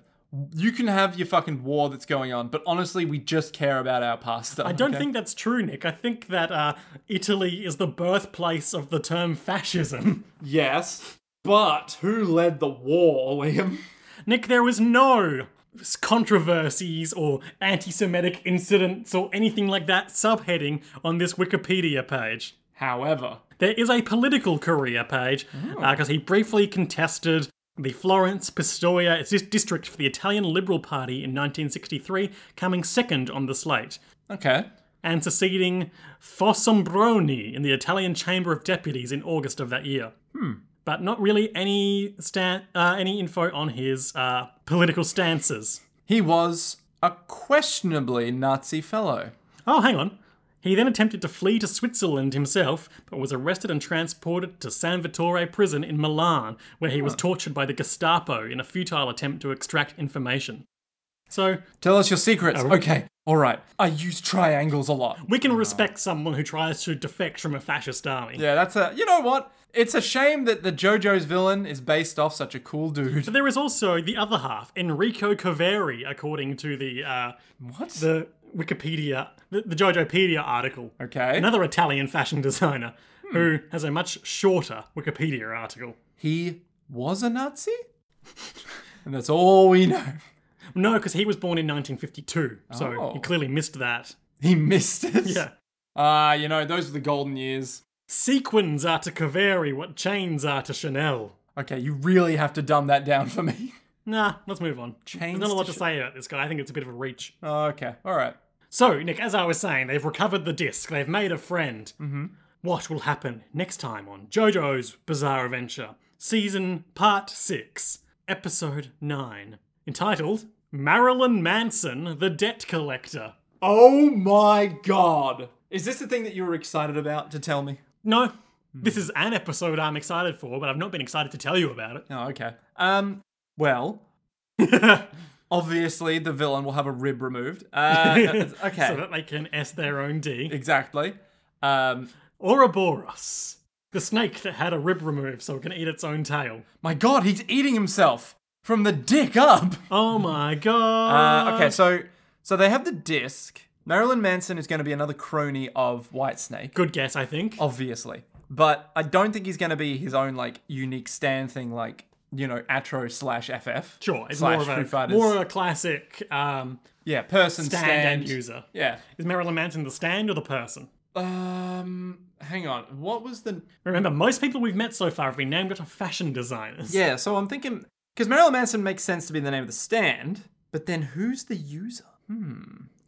you can have your fucking war that's going on, but honestly, we just care about our pasta.
I don't think that's true, Nick. I think that uh, Italy is the birthplace of the term fascism.
Yes. But who led the war, Liam?
Nick, there was no s- controversies or anti Semitic incidents or anything like that subheading on this Wikipedia page.
However,
uh, There is a political career page because he briefly contested The Florence Pistoia is dis- district for the Italian Liberal Party in 1963, coming second on the slate,
Okay.
and succeeding Fossombroni in the Italian Chamber of Deputies in August of that year. Hmm. But not really any stan- uh, any info on his uh, political stances.
He was a questionably Nazi fellow.
Oh, hang on. He then attempted to flee to Switzerland himself, but was arrested and transported to San Vittore prison in Milan, where he was tortured by the Gestapo in a futile attempt to extract information. So,
Tell us your secrets.
Oh.
okay. All right. I use triangles a lot.
we can respect someone who tries to defect from a fascist army.
Yeah, that's a. You know what? It's a shame that the JoJo's villain is based off such a cool dude.
But there is also the other half, Enrico Caveri, according to the uh,
What?
the Wikipedia, the, the JoJopedia article.
okay.
Another Italian fashion designer who has a much shorter Wikipedia article.
He was a Nazi? and that's all we know.
No, because he was born in 1952, so
Oh.
he clearly missed that.
He missed it.
Yeah.
Ah, you know, those were the golden years.
Sequins are to Caveri what chains are to Chanel.
Okay, you really have to dumb that down for me.
Nah, let's move on.
Chains
There's not a lot
to
to say about this guy. I think it's a bit of a reach.
okay, all right.
So, Nick, as I was saying, they've recovered the disc. They've made a friend. Mm-hmm. What will happen next time on JoJo's Bizarre Adventure? Season Part 6, Episode 9, entitled Marilyn Manson, the Debt Collector.
Oh my god. Is this the thing that you were excited about to tell me?
No, this is an episode I'm excited for, but I've not been excited to tell you about it.
Oh, okay. Um, well, Uh, obviously the villain will have a rib removed. Uh, okay,
so that they can S their own D.
exactly. Um,
Ouroboros, the snake that had a rib removed so it can eat its own tail.
my god, he's eating himself from the dick up.
Oh my
Uh,
god.
okay, so so they have the disc. Marilyn Manson is going to be another crony of Whitesnake.
Good guess, I think.
obviously. But I don't think he's going to be his own like unique stand thing, like you know, Atro slash FF.
Sure, it's
slash
more of,
Foo
a,
Fighters.
more of a classic um,
yeah, person
stand,
stand,
end user.
Yeah.
Is Marilyn Manson the stand or the person?
Um, hang on. What was the?
Remember, most people we've met so far have been named after fashion designers.
Yeah, so I'm thinking because Marilyn Manson makes sense to be the name of the stand, but then who's the user?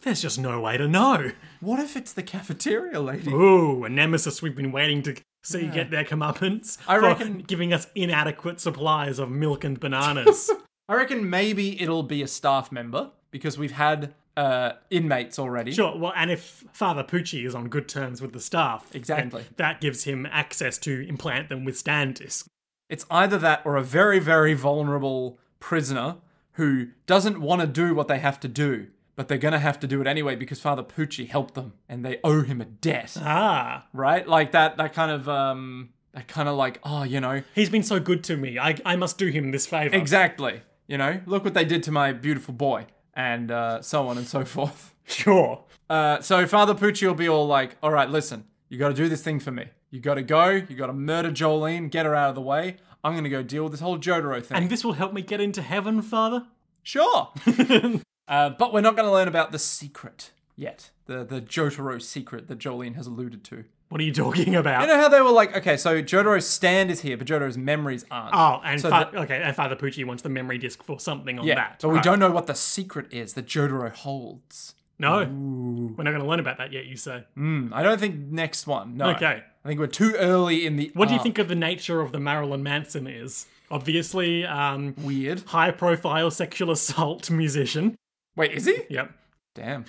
There's just no way to know.
What if it's the cafeteria lady?
Ooh, a nemesis we've been waiting to see get their comeuppance.
I
for
reckon-
giving us inadequate supplies of milk and bananas.
I reckon maybe it'll be a staff member because we've had uh inmates already.
sure. Well, and if Father Pucci is on good terms with the staff, then
Exactly.
that gives him access to implant them with stand disc.
It's either that or a very, very vulnerable prisoner who doesn't want to do what they have to do, but they're going to have to do it anyway because Father Pucci helped them and they owe him a debt,
Ah,
right? Like that, that kind of, um, that kind of like, oh, you know,
he's been so good to me. I, I must do him this favor.
exactly, you know, look what they did to my beautiful boy and uh, so on and so forth.
Sure.
Uh, so Father Pucci will be all like, all right, listen, you got to do this thing for me. You got to go, you got to murder Jolene, get her out of the way. I'm going to go deal with this whole Jotaro thing.
And this will help me get into heaven, Father.
Sure. uh, but we're not going to learn about the secret yet. The the Jotaro secret that Jolene has alluded to.
What are you talking about?
You know how they were like, okay, so Jotaro's stand is here, but Jotaro's memories aren't.
Oh, and
So
Fa- okay, and Father Pucci wants the memory disc for something on
yeah,
that.
but we
Right.
don't know what the secret is that Jotaro holds.
No, we're not going to learn about that yet. You say.
Hmm, I don't think next one. No.
Okay.
I think we're too early in the.
What do you think of the nature of the Marilyn Manson is? Obviously, um,
Weird.
high-profile sexual assault musician.
Wait, is he?
Yep.
Damn.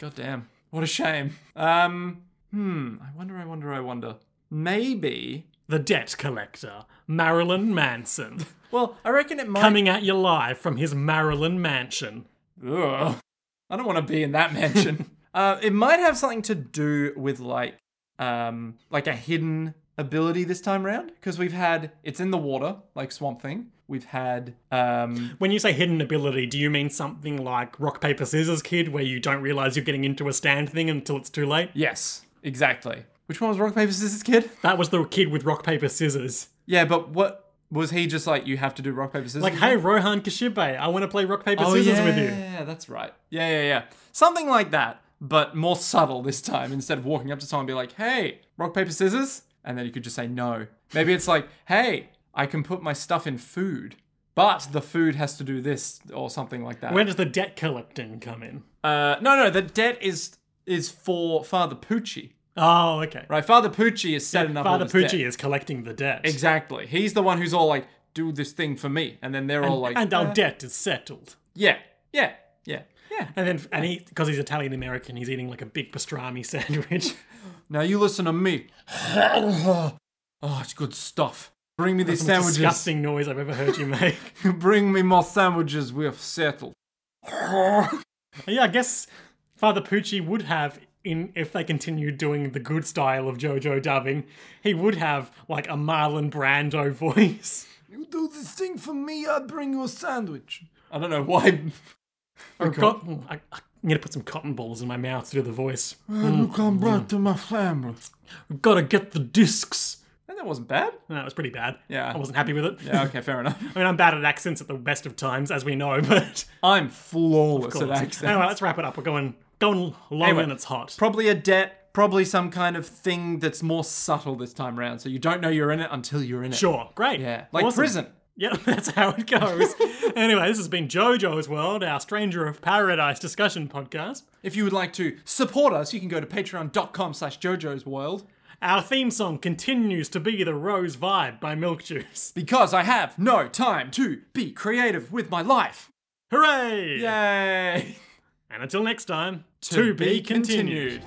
God damn. What a shame. Um. Hmm. I wonder. I wonder. I wonder. Maybe.
The debt collector, Marilyn Manson,
Well, I reckon it might.
coming at you live from his Marilyn mansion.
Ugh. I don't want to be in that mansion. uh, it might have something to do with like, um, like a hidden ability this time round because we've had it's in the water like Swamp Thing. We've had um,
When you say hidden ability, do you mean something like rock paper scissors kid, where you don't realize you're getting into a stand thing until it's too late?
yes, exactly. Which one was rock paper scissors kid?
That was the kid with rock paper scissors.
Yeah, but what was he just like? You have to do rock paper scissors.
Like, hey, Rohan Kashibe, I want to play rock, paper,
oh,
scissors
yeah,
with you.
Yeah, that's right. Yeah, yeah, yeah. Something like that, but more subtle this time. Instead of walking up to someone and be like, hey, rock, paper, scissors. And then you could just say no. Maybe it's like, hey, I can put my stuff in food, but the food has to do this or something like that.
When does the debt collecting come in?
uh, no, no, the debt is is for Father Pucci,
Oh, okay.
right? Father Pucci is setting up all
Father
this debt.
Pucci is collecting the debt.
Exactly. He's the one who's all like, "Do this thing for me," and then they're all like,
and our
"Uh,
debt is settled.
"Yeah, yeah, yeah, yeah."
And then, and he, because he's Italian American, he's eating like a big pastrami sandwich.
Now you listen to me. oh, it's good stuff. Bring me these sandwiches.
Disgusting noise I've ever heard you make.
Bring me more sandwiches. We have settled.
yeah, I guess Father Pucci would have, in if they continued doing the good style of JoJo dubbing, he would have like a Marlon Brando voice.
You do this thing for me, I bring you a sandwich. I don't know why.
Or cotton. I, I'm gonna put some cotton balls in my mouth to do the voice.
you come back to my family.
Gotta get the discs.
And that wasn't bad.
No, that was pretty bad.
Yeah.
I wasn't happy with it.
Yeah, okay, fair enough.
I mean, I'm bad at accents at the best of times, as we know, but.
I'm flawless at accents.
Anyway, let's wrap it up. We're going going low
Anyway.
and it's hot.
Probably a debt, probably some kind of thing that's more subtle this time around, so you don't know you're in it until you're in it.
Sure, great.
Yeah, like
Awesome.
prison.
Yeah, that's how it goes. anyway, this has been JoJo's World, our Stranger of Paradise discussion podcast.
If you would like to support us, you can go to patreon.com slash jojo's world.
Our theme song continues to be the Rose Vibe by Milk Juice.
Because I have no time to be creative with my life.
Hooray!
Yay!
And until next time,
To be continued.